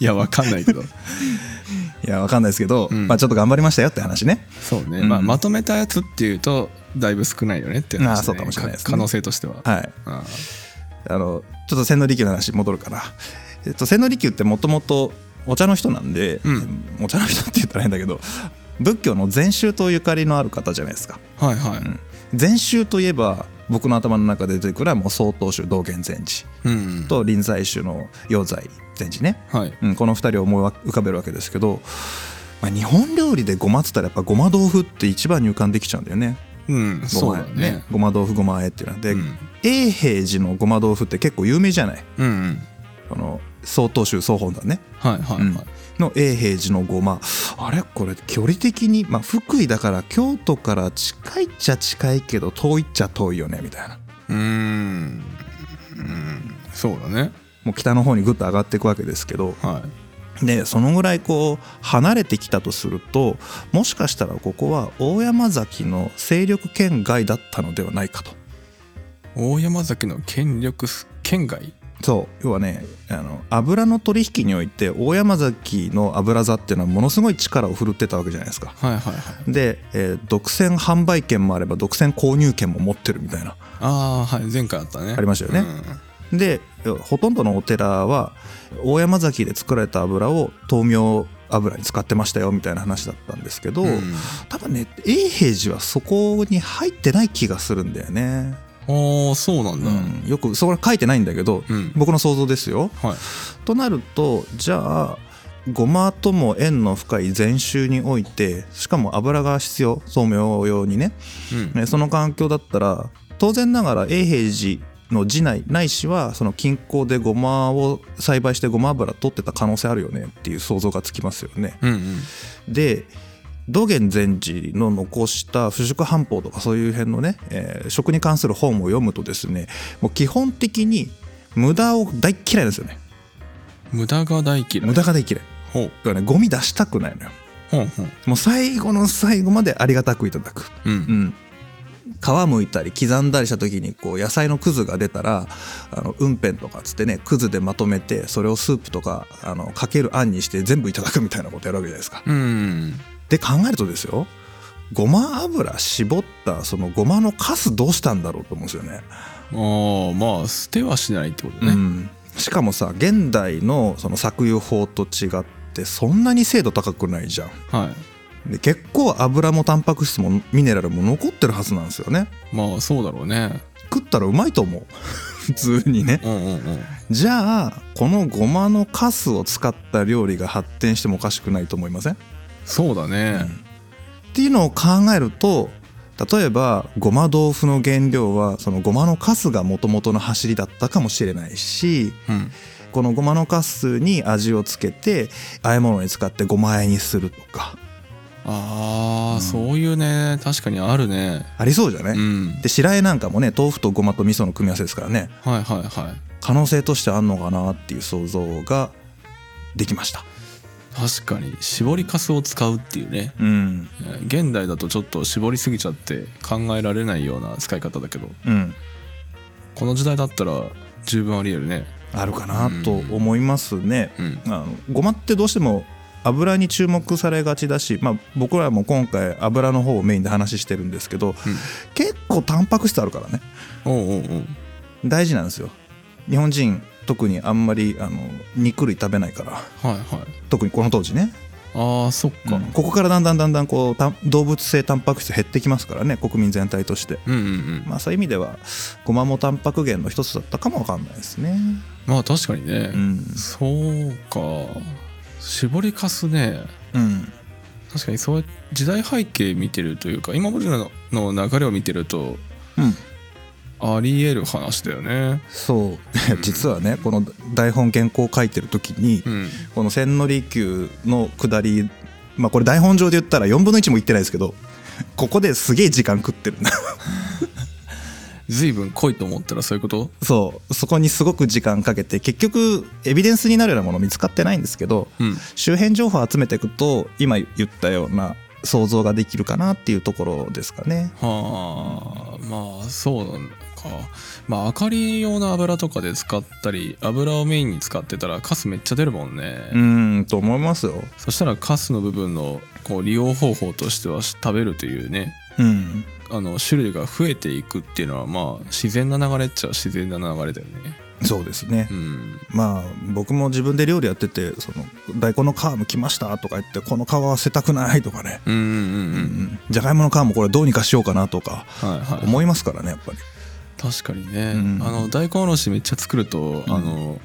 [SPEAKER 1] いやわかんないけど
[SPEAKER 2] (laughs) いや分かんないですけど、
[SPEAKER 1] うん
[SPEAKER 2] まあちょっと頑張りましたよって話ね
[SPEAKER 1] そうね、
[SPEAKER 2] うん
[SPEAKER 1] まあ、まとめたやつっていうとだいぶ少ないよねっていう話、ね、
[SPEAKER 2] ああそうかもしれないですね
[SPEAKER 1] 可能性としては、
[SPEAKER 2] はい
[SPEAKER 1] あ
[SPEAKER 2] あのちょっと千利休の話戻るかな、えっと、千利休ってもともとお茶の人なんで、
[SPEAKER 1] うん
[SPEAKER 2] お茶の人って言ったら変だけど仏教の禅宗とゆかりのある方じゃないですか
[SPEAKER 1] あはいはい、
[SPEAKER 2] ん禅宗といえば僕の頭の中で出てくるのはもう曹洞宗道元禅師
[SPEAKER 1] うん
[SPEAKER 2] と臨済宗の陽財禅師ね、
[SPEAKER 1] はい
[SPEAKER 2] うん、この2人を思い浮かべるわけですけど、まあ、日本料理でごまっつったらやっぱごま豆腐って一番に浮かんできちゃうんだよね。
[SPEAKER 1] うん
[SPEAKER 2] ご
[SPEAKER 1] そう
[SPEAKER 2] ま
[SPEAKER 1] だね
[SPEAKER 2] ごま豆腐ごまあえっていうので、
[SPEAKER 1] うん
[SPEAKER 2] 永平寺のごま豆腐って結構有名じゃない
[SPEAKER 1] うんうん
[SPEAKER 2] この曹洞宗総本山ね
[SPEAKER 1] はいはいはい、
[SPEAKER 2] うんの永平寺のごまあれこれ距離的に、まあ、福井だから京都から近いっちゃ近いけど遠いっちゃ遠いよねみたいな
[SPEAKER 1] うーんうんそうだね
[SPEAKER 2] もう北の方にぐっと上がっていくわけですけど
[SPEAKER 1] はい
[SPEAKER 2] でそのぐらいこう離れてきたとするともしかしたらここは大山崎の勢力圏外だったのではないかと
[SPEAKER 1] 大山崎の権力圏外
[SPEAKER 2] そう要はねあの油の取引において大山崎の油座っていうのはものすごい力を振るってたわけじゃないですか
[SPEAKER 1] はいはいはい
[SPEAKER 2] で、えー独占販売権もあれば独占購入権も持ってるみたいな
[SPEAKER 1] ああはい前回あったね
[SPEAKER 2] ありましたよねでほとんどのお寺は大山崎で作られた油を豆苗油に使ってましたよみたいな話だったんですけど、
[SPEAKER 1] うん
[SPEAKER 2] 多分ね永平寺はそこに入ってない気がするんだよね、
[SPEAKER 1] ああそうなんだ
[SPEAKER 2] うんよくそこは書いてないんだけど、
[SPEAKER 1] うん
[SPEAKER 2] 僕の想像ですよ
[SPEAKER 1] はい
[SPEAKER 2] となるとじゃあごまとも縁の深い禅宗においてしかも油が必要そうめん用にね
[SPEAKER 1] うん
[SPEAKER 2] ねその環境だったら当然ながら永平寺の寺内ないしはその近郊でごまを栽培してごま油取ってた可能性あるよねっていう想像がつきますよね。
[SPEAKER 1] うんうん
[SPEAKER 2] で道元禅師の残した腐食藩法とかそういう辺のね、えー食に関する本を読むとですねもう基本的に無駄を大っ嫌いなんですよね
[SPEAKER 1] 無駄が大嫌い
[SPEAKER 2] 無駄が大嫌い
[SPEAKER 1] ほう
[SPEAKER 2] 要はねゴミ出したくないのよ
[SPEAKER 1] ほうほう
[SPEAKER 2] もう最後の最後までありがたくいただく
[SPEAKER 1] う
[SPEAKER 2] うんん、皮むいたり刻んだりした時にこう野菜のくずが出たらあのうんぺんとかっつってねくずでまとめてそれをスープとかあのかけるあんにして全部いただくみたいなことやるわけじゃないですか。
[SPEAKER 1] うん
[SPEAKER 2] で考えるとですよごま油絞ったそのごまのカスどうしたんだろうと思うんですよね。
[SPEAKER 1] ああまあ捨てはしないってこと
[SPEAKER 2] う
[SPEAKER 1] ね
[SPEAKER 2] ん、しかもさ現代のその搾油法と違ってそんなに精度高くないじゃん。
[SPEAKER 1] は
[SPEAKER 2] で結構油もタンパク質もミネラルも残ってるはずなんですよね。
[SPEAKER 1] いまあそうだろうね
[SPEAKER 2] 食ったらうまいと思う (laughs) 普通にね
[SPEAKER 1] うんうんうん
[SPEAKER 2] じゃあこのごまのカスを使った料理が発展してもおかしくないと思いません、
[SPEAKER 1] そうだね
[SPEAKER 2] っていうのを考えると例えばごま豆腐の原料はそのごまのカスがもともとの走りだったかもしれないし
[SPEAKER 1] うん
[SPEAKER 2] このごまのカスに味をつけて和え物に使ってごま和えにするとか
[SPEAKER 1] あ
[SPEAKER 2] う
[SPEAKER 1] あ
[SPEAKER 2] ん
[SPEAKER 1] そういうね確かにあるね
[SPEAKER 2] ありそうじゃな
[SPEAKER 1] う
[SPEAKER 2] い、
[SPEAKER 1] ん
[SPEAKER 2] で白あえなんかもね豆腐とごまと味噌の組み合わせですからね
[SPEAKER 1] はいはいはい
[SPEAKER 2] 可能性としてあんのかなっていう想像ができました。
[SPEAKER 1] 確かに絞りかすを使うっていうね
[SPEAKER 2] うん
[SPEAKER 1] えー現代だとちょっと絞りすぎちゃって考えられないような使い方だけど
[SPEAKER 2] うん、
[SPEAKER 1] この時代だったら十分ありえるね
[SPEAKER 2] あるかなと思いますね。
[SPEAKER 1] うん
[SPEAKER 2] あのごまってどうしても油に注目されがちだし、まあ、僕らも今回油の方をメインで話してるんですけど、結構タンパク質あるからね
[SPEAKER 1] おうおうおう
[SPEAKER 2] 大事なんですよ日本人特にあんまりあの肉類食べないから
[SPEAKER 1] はいはい
[SPEAKER 2] 特にこの当時ね、
[SPEAKER 1] あーそっか、
[SPEAKER 2] うんここからだんだんだんだんこうた動物性タンパク質減ってきますからね国民全体として、
[SPEAKER 1] うん、うんうん
[SPEAKER 2] まあ、そういう意味ではごまもタンパク源の一つだったかもわかんないですね。
[SPEAKER 1] まあ確かにね、
[SPEAKER 2] うん
[SPEAKER 1] そうか絞りかすね
[SPEAKER 2] うん
[SPEAKER 1] 確かにそう時代背景見てるというか今までのの流れを見てると
[SPEAKER 2] うん
[SPEAKER 1] ありえる話だよね
[SPEAKER 2] そう (laughs) 実はねこの台本原稿を書いてる時に、
[SPEAKER 1] うん
[SPEAKER 2] この千利休の下りまあこれ台本上で言ったら4分の1も言ってないですけどここですげえ時間食ってるな (laughs)
[SPEAKER 1] 随分濃いと思ったらそういうこと
[SPEAKER 2] そうそこにすごく時間かけて結局エビデンスになるようなもの見つかってないんですけど
[SPEAKER 1] うん
[SPEAKER 2] 周辺情報を集めていくと今言ったような想像ができるかなっていうところですかね
[SPEAKER 1] はあまあそうなのかまあ明かり用の油とかで使ったり油をメインに使ってたらカスめっちゃ出るもんね、
[SPEAKER 2] うーんと思いますよ
[SPEAKER 1] そしたらカスの部分のこう利用方法としては食べるというね
[SPEAKER 2] うん
[SPEAKER 1] あの種類が増えていくっていうのはまあ自然な流れっちゃ自然な流れだよね
[SPEAKER 2] そうですね
[SPEAKER 1] うん
[SPEAKER 2] まあ僕も自分で料理やっててその大根の皮むきましたとか言ってこの皮は捨てたくないとかね
[SPEAKER 1] うんうんうんうん
[SPEAKER 2] じゃがいもの皮もこれどうにかしようかなとか
[SPEAKER 1] はいはい
[SPEAKER 2] 思いますからねやっぱり
[SPEAKER 1] 確かにね、
[SPEAKER 2] うん
[SPEAKER 1] あの大根おろしめっちゃ作ると、
[SPEAKER 2] うん
[SPEAKER 1] あの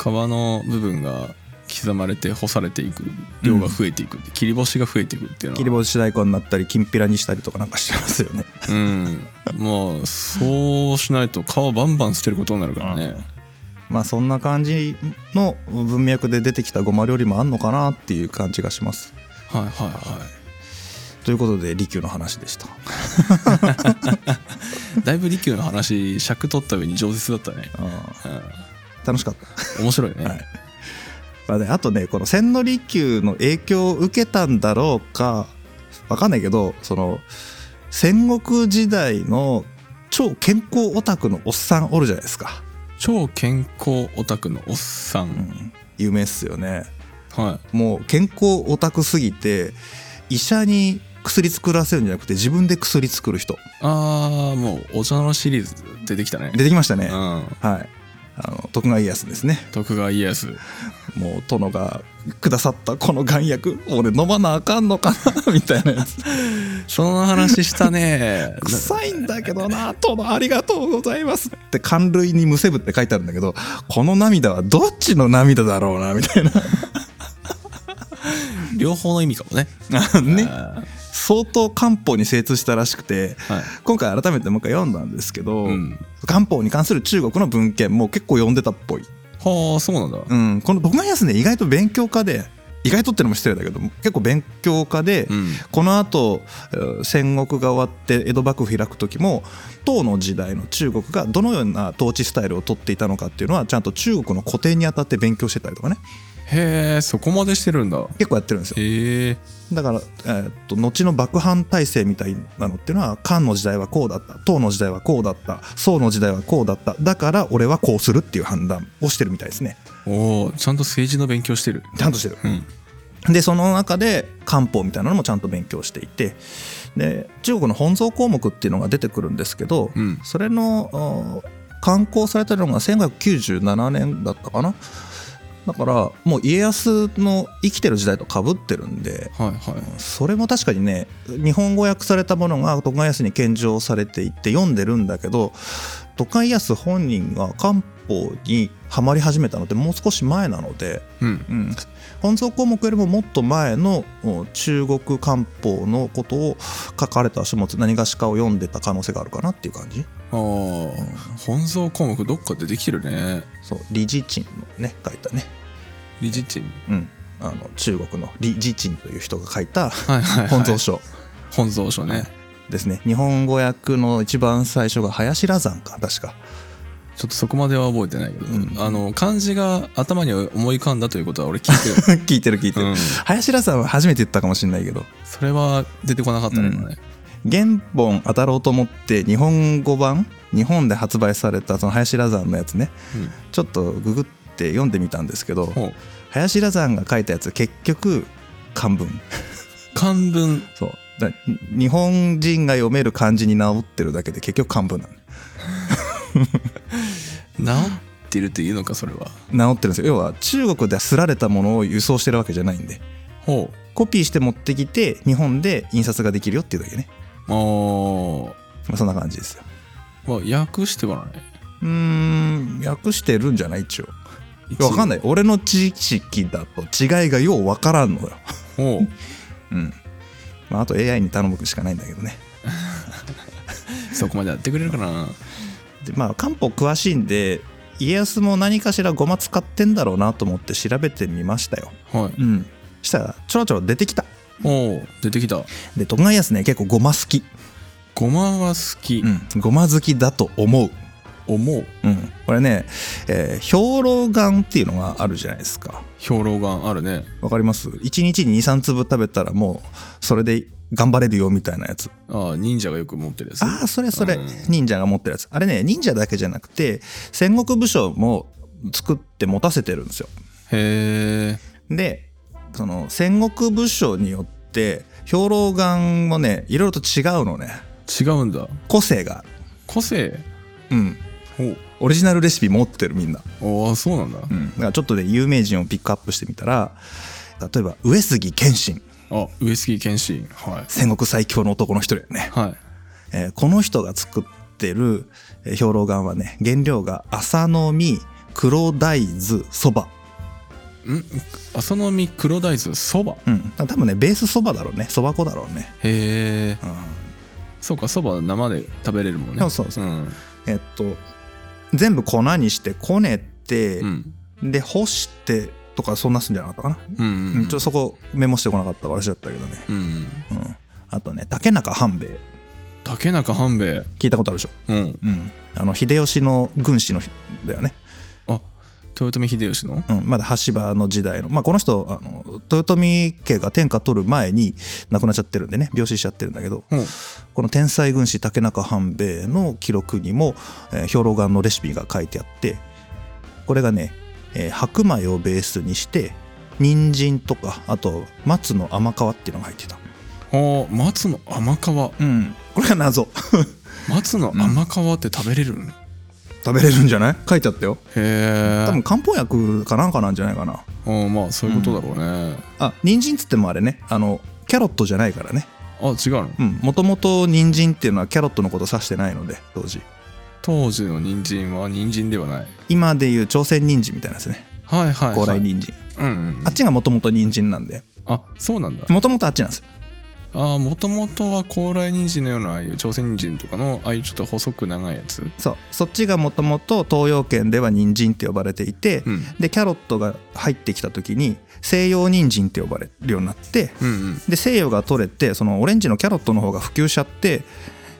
[SPEAKER 1] 皮の部分が刻まれて干されていく量が増えていくって、切り干しが増えていくっていうのは
[SPEAKER 2] 切り干し大根になったりきんぴらにしたりとかなんかしてますよね
[SPEAKER 1] うんまあそうしないと皮バンバン捨てることになるから (laughs) ね
[SPEAKER 2] まあそんな感じの文脈で出てきたごま料理もあんのかなっていう感じがします
[SPEAKER 1] はいはいは
[SPEAKER 2] ということで利休の話でした
[SPEAKER 1] いだいぶ利休の話尺取った上に饒舌だったね、
[SPEAKER 2] あ
[SPEAKER 1] う
[SPEAKER 2] ー楽しかった
[SPEAKER 1] ん、面白いね、
[SPEAKER 2] はいまあね、あとねこの千利休の影響を受けたんだろうかわかんないけどその戦国時代の超健康オタクのおっさんおるじゃないですか、
[SPEAKER 1] 超健康オタクのおっさん、
[SPEAKER 2] うん、有名っすよね
[SPEAKER 1] は
[SPEAKER 2] もう健康オタクすぎて医者に薬作らせるんじゃなくて自分で薬作る人
[SPEAKER 1] いあーもうお茶のシリーズ出てきたね
[SPEAKER 2] 出てきましたね、
[SPEAKER 1] うん
[SPEAKER 2] はいあの徳川家康ですね
[SPEAKER 1] 徳川家康
[SPEAKER 2] もう殿がくださったこの丸薬俺飲まなあかんのかなみたいなやつ
[SPEAKER 1] その話した
[SPEAKER 2] (laughs)
[SPEAKER 1] ね
[SPEAKER 2] 臭いんだけどな殿ありがとうございますって寒類にむせぶって書いてあるんだけどこの涙はどっちの涙だろうなみたいな
[SPEAKER 1] 両方の意味かも (laughs) ね
[SPEAKER 2] あのね
[SPEAKER 1] あ
[SPEAKER 2] 相当漢方に精通したらしくて
[SPEAKER 1] ーはい
[SPEAKER 2] 今回改めてもう一回読んだんですけど、
[SPEAKER 1] うん
[SPEAKER 2] 漢方に関する中国の文献も結構読んでたっぽい、
[SPEAKER 1] はあそうなんだ
[SPEAKER 2] うん、この徳川家康ね意外と勉強家で意外とってのも失礼だけど結構勉強家で、
[SPEAKER 1] うん
[SPEAKER 2] このあと戦国が終わって江戸幕府開く時も唐の時代の中国がどのような統治スタイルをとっていたのかっていうのはちゃんと中国の古典にあたって勉強してたりとかね
[SPEAKER 1] へえそこまでしてるんだ
[SPEAKER 2] 結構やってるんですよ
[SPEAKER 1] へえ
[SPEAKER 2] だから、えーっと後の幕藩体制みたいなのっていうのは漢の時代はこうだった唐の時代はこうだった宋の時代はこうだっただから俺はこうするっていう判断をしてるみたいですね
[SPEAKER 1] おおちゃんと政治の勉強してる
[SPEAKER 2] ちゃんとしてる
[SPEAKER 1] うん
[SPEAKER 2] でその中で漢方みたいなのもちゃんと勉強していてで中国の本草項目っていうのが出てくるんですけど、
[SPEAKER 1] うん
[SPEAKER 2] それのあー刊行されたのが1597年だったかなだからもう家康の生きてる時代とかぶってるんで
[SPEAKER 1] はいはい
[SPEAKER 2] それも確かにね日本語訳されたものが徳川家康に献上されていて読んでるんだけど徳川家康本人が漢方にはまり始めたのってもう少し前なので。
[SPEAKER 1] うん
[SPEAKER 2] うん、本草項目よりももっと前のお中国漢方のことを書かれた書物何がしかを読んでた可能性があるかなっていう感じ
[SPEAKER 1] ああ本草項目どっか出てきてるね
[SPEAKER 2] そう李自珍のね書いたね、
[SPEAKER 1] 理事陳
[SPEAKER 2] うん、あの中国の李自珍という人が書いた
[SPEAKER 1] はいはい、はい、
[SPEAKER 2] 本草書
[SPEAKER 1] 本草書ね
[SPEAKER 2] ですね、日本語訳の一番最初が林羅山か確か
[SPEAKER 1] ちょっとそこまでは覚えてないけど、
[SPEAKER 2] うん
[SPEAKER 1] あの漢字が頭に思い浮かんだということは俺聞い
[SPEAKER 2] (laughs)
[SPEAKER 1] て
[SPEAKER 2] 聞いてる聞いて
[SPEAKER 1] る、
[SPEAKER 2] る、
[SPEAKER 1] うん、
[SPEAKER 2] 林羅山は初めて言ったかもしれないけど
[SPEAKER 1] それは出てこなかったね、
[SPEAKER 2] うん
[SPEAKER 1] 今ね
[SPEAKER 2] 原本当たろうと思って日本語版日本で発売されたその林羅山のやつね
[SPEAKER 1] うん
[SPEAKER 2] ちょっとググって読んでみたんですけど
[SPEAKER 1] ほう
[SPEAKER 2] 林羅山が書いたやつ結局漢文
[SPEAKER 1] 漢文
[SPEAKER 2] そうだ日本人が読める漢字に直ってるだけで結局漢文な
[SPEAKER 1] 治ってるっていうのかそれは
[SPEAKER 2] の直ってるんですよ要は中国ですられたものを輸送してるわけじゃないんで
[SPEAKER 1] ほ
[SPEAKER 2] コピーして持ってきて日本で印刷ができるよっていうだけね、
[SPEAKER 1] うあ
[SPEAKER 2] まあ、そんな感じですよ
[SPEAKER 1] ーまあ訳してはないう
[SPEAKER 2] ーん訳してるんじゃない一応
[SPEAKER 1] 一応
[SPEAKER 2] わかんない俺の知識だと違いがようわからんのよ
[SPEAKER 1] ほ
[SPEAKER 2] うん、まあ、あと AI に頼むしかないんだけどね
[SPEAKER 1] うそこまでやってくれるかな
[SPEAKER 2] でまあ漢方詳しいんで家康も何かしらごま使ってんだろうなと思って調べてみましたよ、
[SPEAKER 1] はい
[SPEAKER 2] うん、したらちょろちょろ出てきた
[SPEAKER 1] おお出てきた
[SPEAKER 2] で徳川家康ね結構ごま好き、
[SPEAKER 1] ごまは好き、
[SPEAKER 2] うん、ごま好きだと思う、
[SPEAKER 1] 思う
[SPEAKER 2] うん、これね、えー兵糧丸っていうのがあるじゃないですか
[SPEAKER 1] 兵糧丸あるね
[SPEAKER 2] わかります一日に23粒食べたらもうそれで頑張れるよみたいなやつ
[SPEAKER 1] ああ忍者がよく持ってるやつ
[SPEAKER 2] ああそれそれ、
[SPEAKER 1] うん
[SPEAKER 2] 忍者が持ってるやつあれね忍者だけじゃなくて戦国武将も作って持たせてるんですよ
[SPEAKER 1] へえ
[SPEAKER 2] でその戦国武将によって兵糧丸もねいろいろと違うのね
[SPEAKER 1] 違うんだ
[SPEAKER 2] 個性がある
[SPEAKER 1] 個性
[SPEAKER 2] うん
[SPEAKER 1] お
[SPEAKER 2] オリジナルレシピ持ってるみんな、
[SPEAKER 1] おあそうなんだ
[SPEAKER 2] うん、だからちょっとで有名人をピックアップしてみたら例えば上杉謙信
[SPEAKER 1] あ上杉謙信はい
[SPEAKER 2] 戦国最強の男の一人だよね、
[SPEAKER 1] はい
[SPEAKER 2] えーこの人が作ってるえー兵糧丸はね原料が麻の実黒大豆そば
[SPEAKER 1] ん浅野実黒大豆そば
[SPEAKER 2] うん多分ねベースそばだろうねそば粉だろうね、
[SPEAKER 1] へえ
[SPEAKER 2] うん、
[SPEAKER 1] そうかそば生で食べれるもんね
[SPEAKER 2] そうそうそうんえっと全部粉にしてこねて、
[SPEAKER 1] うん
[SPEAKER 2] で干してとかそんなすんじゃなかったかな、
[SPEAKER 1] うんうんう
[SPEAKER 2] うんんちょっとそこメモしてこなかったから私だったけどね、
[SPEAKER 1] うん
[SPEAKER 2] うん、あとね竹中半兵衛
[SPEAKER 1] 竹中半兵衛
[SPEAKER 2] 聞いたことあるでしょ、
[SPEAKER 1] うん
[SPEAKER 2] うん、あの秀吉の軍師の人だよね、
[SPEAKER 1] あ豊臣秀吉の
[SPEAKER 2] うん、まだ羽柴の時代の、まあ、この人あの豊臣家が天下取る前に亡くなっちゃってるんでね病死しちゃってるんだけど
[SPEAKER 1] うん
[SPEAKER 2] この天才軍師竹中半兵衛の記録にも、えー兵糧丸のレシピが書いてあってこれがね、えー白米をベースにして人参とかあと松の甘皮っていうのが入ってた、
[SPEAKER 1] ああ松の甘皮
[SPEAKER 2] うん、これが謎
[SPEAKER 1] 松の甘皮って食べれるのへ
[SPEAKER 2] (laughs) 食べれるんじゃない書いてあったよ
[SPEAKER 1] え
[SPEAKER 2] 多分漢方薬かなんかなんじゃないかな
[SPEAKER 1] ああまあそういうことだろうね、
[SPEAKER 2] あ人参っつってもあれねあのキャロットじゃないからね
[SPEAKER 1] あ違うの
[SPEAKER 2] うんもともと人参っていうのはキャロットのこと指してないので当時
[SPEAKER 1] 当時の人参は人参ではない
[SPEAKER 2] 今でいう朝鮮人参みたいなやつね
[SPEAKER 1] はいはい、
[SPEAKER 2] 高
[SPEAKER 1] は
[SPEAKER 2] 麗
[SPEAKER 1] い、
[SPEAKER 2] 人参、
[SPEAKER 1] うん、うん
[SPEAKER 2] あっちがもともと人参なんで
[SPEAKER 1] あそうなんだ
[SPEAKER 2] もともとあっちなんですよ
[SPEAKER 1] あもともとは高麗人参のようなああいう朝鮮人参とかのああいうちょっと細く長いやつ
[SPEAKER 2] そうそっちがもともと東洋圏では人参って呼ばれていて、
[SPEAKER 1] うん
[SPEAKER 2] でキャロットが入ってきた時に西洋人参って呼ばれるようになって
[SPEAKER 1] うんうん
[SPEAKER 2] で西洋が取れてそのオレンジのキャロットの方が普及しちゃって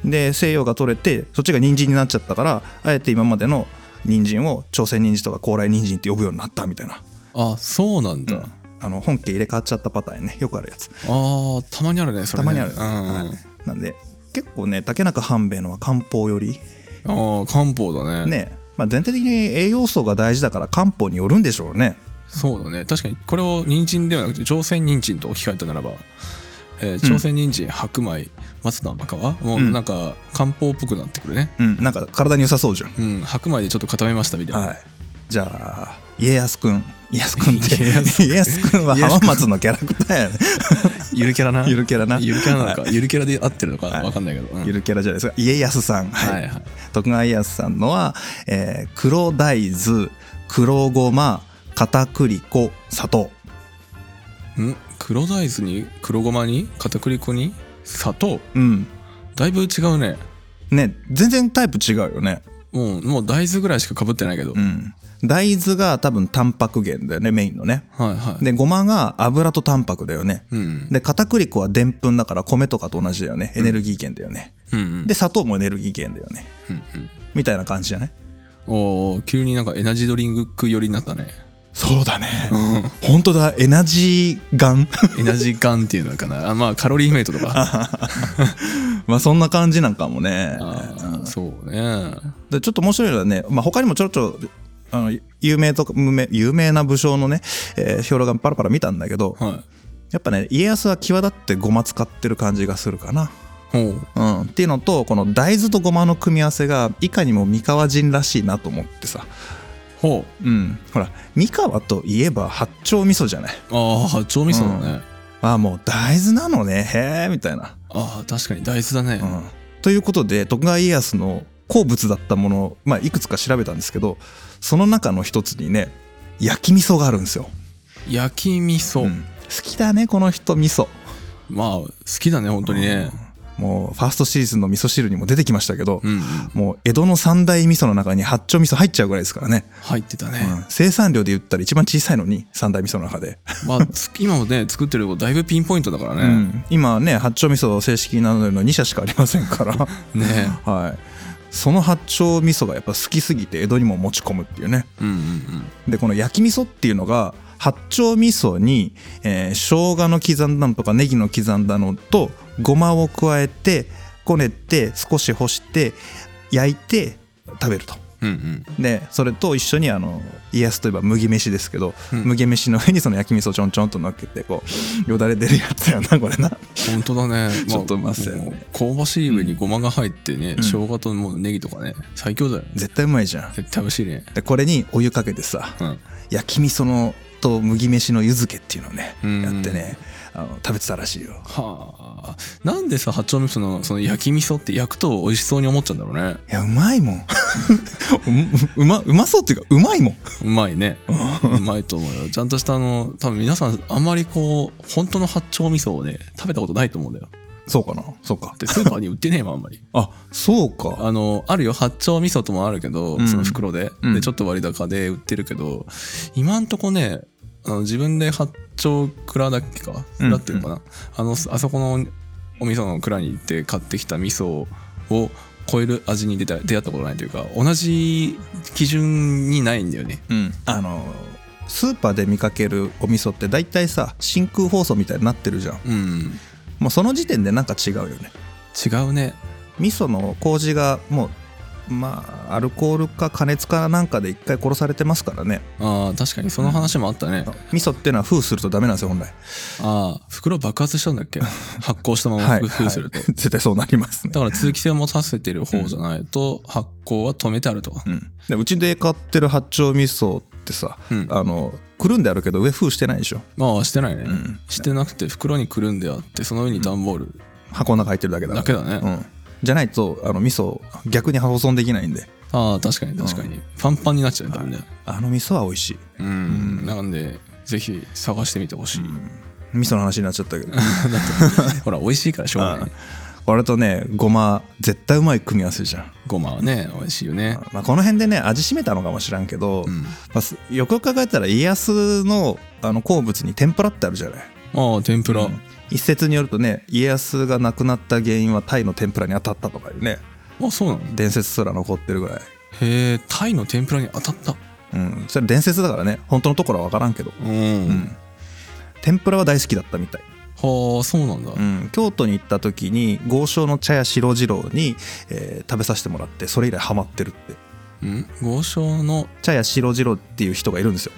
[SPEAKER 2] で西洋が取れてそっちが人参になっちゃったからあえて今までの人参を朝鮮人参とか高麗人参って呼ぶようになったみたいな、
[SPEAKER 1] あそうなんだ、あ
[SPEAKER 2] あの本家入れ替わっちゃったパターンねよくあるやつ
[SPEAKER 1] あたまにあるねそ
[SPEAKER 2] た
[SPEAKER 1] れ
[SPEAKER 2] ま
[SPEAKER 1] ね
[SPEAKER 2] にある、
[SPEAKER 1] うん、
[SPEAKER 2] はいなんで結構ね竹中半兵衛のは漢方より
[SPEAKER 1] ああ漢方だね
[SPEAKER 2] ね、まあ、全体的に栄養素が大事だから漢方によるんでしょうね
[SPEAKER 1] そうだね確かにこれを人参ではなくて朝鮮人参と置き換えたならば、えー朝鮮人参、白米松の甘皮もうなんか漢方っぽくなってくるね
[SPEAKER 2] うんなんか体に良さそうじゃん
[SPEAKER 1] うん、白米でちょっと固めましたみたいな、
[SPEAKER 2] はいじゃあ家康くん家康くんっ
[SPEAKER 1] (laughs) 家康
[SPEAKER 2] て家康くんは浜松のキャラクターやね
[SPEAKER 1] ゆるキャラな
[SPEAKER 2] ゆるキャラな。
[SPEAKER 1] (laughs) ゆるキャラなの
[SPEAKER 2] は
[SPEAKER 1] か、ゆるキャラで合ってるのかわかんないけど。うん
[SPEAKER 2] いゆるキャラじゃないですか。家康さん。
[SPEAKER 1] は
[SPEAKER 2] はいい。
[SPEAKER 1] はい。
[SPEAKER 2] 徳川家康さんのは、えー黒大豆、黒ごま、片栗粉、砂糖。
[SPEAKER 1] ん黒大豆に黒ごまに片栗粉に砂糖
[SPEAKER 2] うん。
[SPEAKER 1] だいぶ違うね。
[SPEAKER 2] ね、全然タイプ違うよね。
[SPEAKER 1] もう、もう大豆ぐらいしか被ってないけど。
[SPEAKER 2] うん。大豆が多分タンパク源だよね、メインのね。
[SPEAKER 1] はいはい。
[SPEAKER 2] で、ごまが油とタンパクだよね。
[SPEAKER 1] うん。
[SPEAKER 2] で、片栗粉はでんぷんだから米とかと同じだよね。エネルギー源だよね。
[SPEAKER 1] うんうん。
[SPEAKER 2] で、砂糖もエネルギー源だよね。
[SPEAKER 1] うんうん
[SPEAKER 2] みたいな感じじゃない
[SPEAKER 1] おー急になんかエナジードリンク寄りにな
[SPEAKER 2] (laughs)
[SPEAKER 1] ったね。
[SPEAKER 2] そうだね。本当だ、エナジーガン。
[SPEAKER 1] エナジーガンっていうのかな。あまあ、カロリーメイト
[SPEAKER 2] (laughs)
[SPEAKER 1] とか。
[SPEAKER 2] まあそんな感じなんかもね。
[SPEAKER 1] あーそうね。
[SPEAKER 2] でちょっと面白いのはね、まあ、他にもちょろちょろあの有名とか無名有名な武将のね、えー、兵糧丸パラパラ見たんだけど、
[SPEAKER 1] はい。
[SPEAKER 2] やっぱね家康は際立ってごま使ってる感じがするかな。
[SPEAKER 1] おう
[SPEAKER 2] うん、っていうのとこの大豆とごまの組み合わせがいかにも三河人らしいなと思ってさ、
[SPEAKER 1] ほ
[SPEAKER 2] うん、ほら三河といえば八丁味噌じゃない。
[SPEAKER 1] う。ああ、八丁味噌だね。
[SPEAKER 2] ああもう大豆なのねへえみたいな。
[SPEAKER 1] ああ、確かに大豆だね。
[SPEAKER 2] うんということで徳川家康の好物だったもの、まあ、いくつか調べたんですけどその中の一つにね焼き味噌があるんですよ、
[SPEAKER 1] 焼き味噌。
[SPEAKER 2] うん好きだねこの人味噌
[SPEAKER 1] まあ好きだね本当にね、
[SPEAKER 2] もうファーストシーズンの味噌汁にも出てきましたけど、
[SPEAKER 1] うんうん、
[SPEAKER 2] もう江戸の三大味噌の中に八丁味噌入っちゃうぐらいですからね、
[SPEAKER 1] 入ってたね、
[SPEAKER 2] うん生産量で言ったら一番小さいのに三大味噌の中で、
[SPEAKER 1] まあつ今もね作ってるとこだいぶピンポイントだから
[SPEAKER 2] う
[SPEAKER 1] ね、
[SPEAKER 2] ん今ね八丁味噌正式なの2社しかありませんから
[SPEAKER 1] ね
[SPEAKER 2] はいその八丁味噌がやっぱ好きすぎて江戸にも持ち込むっていうね
[SPEAKER 1] うんうんうん
[SPEAKER 2] でこの焼き味噌っていうのが八丁味噌に、えー、生姜の刻んだのとかネギの刻んだのとごまを加えてこねて少し干して焼いて食べると
[SPEAKER 1] うんうん
[SPEAKER 2] でそれと一緒にあの家康といえば麦飯ですけど、
[SPEAKER 1] うん
[SPEAKER 2] 麦飯の上にその焼き味噌をちょんちょんと乗っけてこうよだれ出るやつやなこれな
[SPEAKER 1] 本当だ
[SPEAKER 2] (laughs)
[SPEAKER 1] ね
[SPEAKER 2] ちょっと待ってね
[SPEAKER 1] もう香ばしい上にごまが入ってね、
[SPEAKER 2] うん
[SPEAKER 1] 生姜ともうネギとかね最強だよ
[SPEAKER 2] 絶対うまいじゃん
[SPEAKER 1] 絶対美味しいね
[SPEAKER 2] でこれにお湯かけてさ
[SPEAKER 1] うん
[SPEAKER 2] 焼き味噌のと麦飯の湯漬けっていうのをね
[SPEAKER 1] うん
[SPEAKER 2] やってねあの食べてたらしいよ
[SPEAKER 1] はあなんでさ八丁味噌のその焼き味噌って焼くと美味しそうに思っちゃうんだろうね
[SPEAKER 2] いやうまいもん (laughs) ううまうまそうっていうかうまいもん
[SPEAKER 1] うまいねうまいと思うよちゃんとしたあの多分皆さんあんまりこう本当の八丁味噌をね食べたことないと思うんだよ
[SPEAKER 2] そうかなそうか
[SPEAKER 1] でスーパーに売ってねえもんあんまり
[SPEAKER 2] あそうか
[SPEAKER 1] あのあるよ八丁味噌ともあるけど、
[SPEAKER 2] うん
[SPEAKER 1] その袋で
[SPEAKER 2] うん
[SPEAKER 1] でちょっと割高で売ってるけど、今んとこねあの自分で八丁蔵だっけか
[SPEAKER 2] うん
[SPEAKER 1] 蔵っていうのかな、あのあそこのお味噌の蔵に行って買ってきた味噌を超える味に出た出会ったことないというか同じ基準にないんだよね
[SPEAKER 2] うんあのスーパーで見かけるお味噌って大体さ真空包装みたいになってるじゃん
[SPEAKER 1] うん
[SPEAKER 2] もうその時点でなんか違うよね
[SPEAKER 1] 違うね
[SPEAKER 2] 味噌の麹がもうまあアルコールか加熱かなんかで一回殺されてますからね
[SPEAKER 1] あー確かにその話もあったね、
[SPEAKER 2] 味噌ってのは封するとダメなんですよ本来
[SPEAKER 1] ああ袋爆発したんだっけ発酵したまま
[SPEAKER 2] はい
[SPEAKER 1] 封すると、
[SPEAKER 2] はい (laughs) 絶対そうなりますね
[SPEAKER 1] だから通気性を持たせてる方じゃないと発酵は止めてあるとか、
[SPEAKER 2] うんでうちで買ってる八丁味噌ってさ、
[SPEAKER 1] うん
[SPEAKER 2] あのくるんであるけど上封してないでしょ
[SPEAKER 1] まあしてないね、
[SPEAKER 2] ん
[SPEAKER 1] してなくて袋にくるんであってその上に段ボール
[SPEAKER 2] 箱の中入ってるだけだか
[SPEAKER 1] だ
[SPEAKER 2] ら
[SPEAKER 1] けだね、
[SPEAKER 2] うん、じゃないとあの味噌逆に保存できないんで
[SPEAKER 1] ああ確かに確かに、パンパンになっちゃうからね、
[SPEAKER 2] あの味噌は美味しい
[SPEAKER 1] うん、なんでぜひ探してみてほしい、 (laughs)
[SPEAKER 2] 味噌の話になっちゃったけど
[SPEAKER 1] ほら美味しいからしょうがない
[SPEAKER 2] あれとねごま絶対うまい組み合わせじゃん、
[SPEAKER 1] ごまはね美味しいよね
[SPEAKER 2] まあ、この辺でね味しめたのかもしらんけど、
[SPEAKER 1] うん
[SPEAKER 2] まあすよくよく考えたら家康のあの好物に天ぷらってあるじゃない
[SPEAKER 1] ああ天ぷら、
[SPEAKER 2] うん一説によるとね家康が亡くなった原因はタイの天ぷらに当たったとかいうね
[SPEAKER 1] あそうなの
[SPEAKER 2] 伝説すら残ってるぐらい、
[SPEAKER 1] へえタイの天ぷらに当たった
[SPEAKER 2] うん、それ伝説だからね本当のところは分からんけど、
[SPEAKER 1] うん、
[SPEAKER 2] うん、天ぷらは大好きだったみたい
[SPEAKER 1] はあそうなんだ、
[SPEAKER 2] うん、京都に行った時に豪商の茶屋白次郎に、えー食べさせてもらってそれ以来ハマってるって
[SPEAKER 1] うん、豪商の
[SPEAKER 2] 茶屋白次郎っていう人がいるんですよ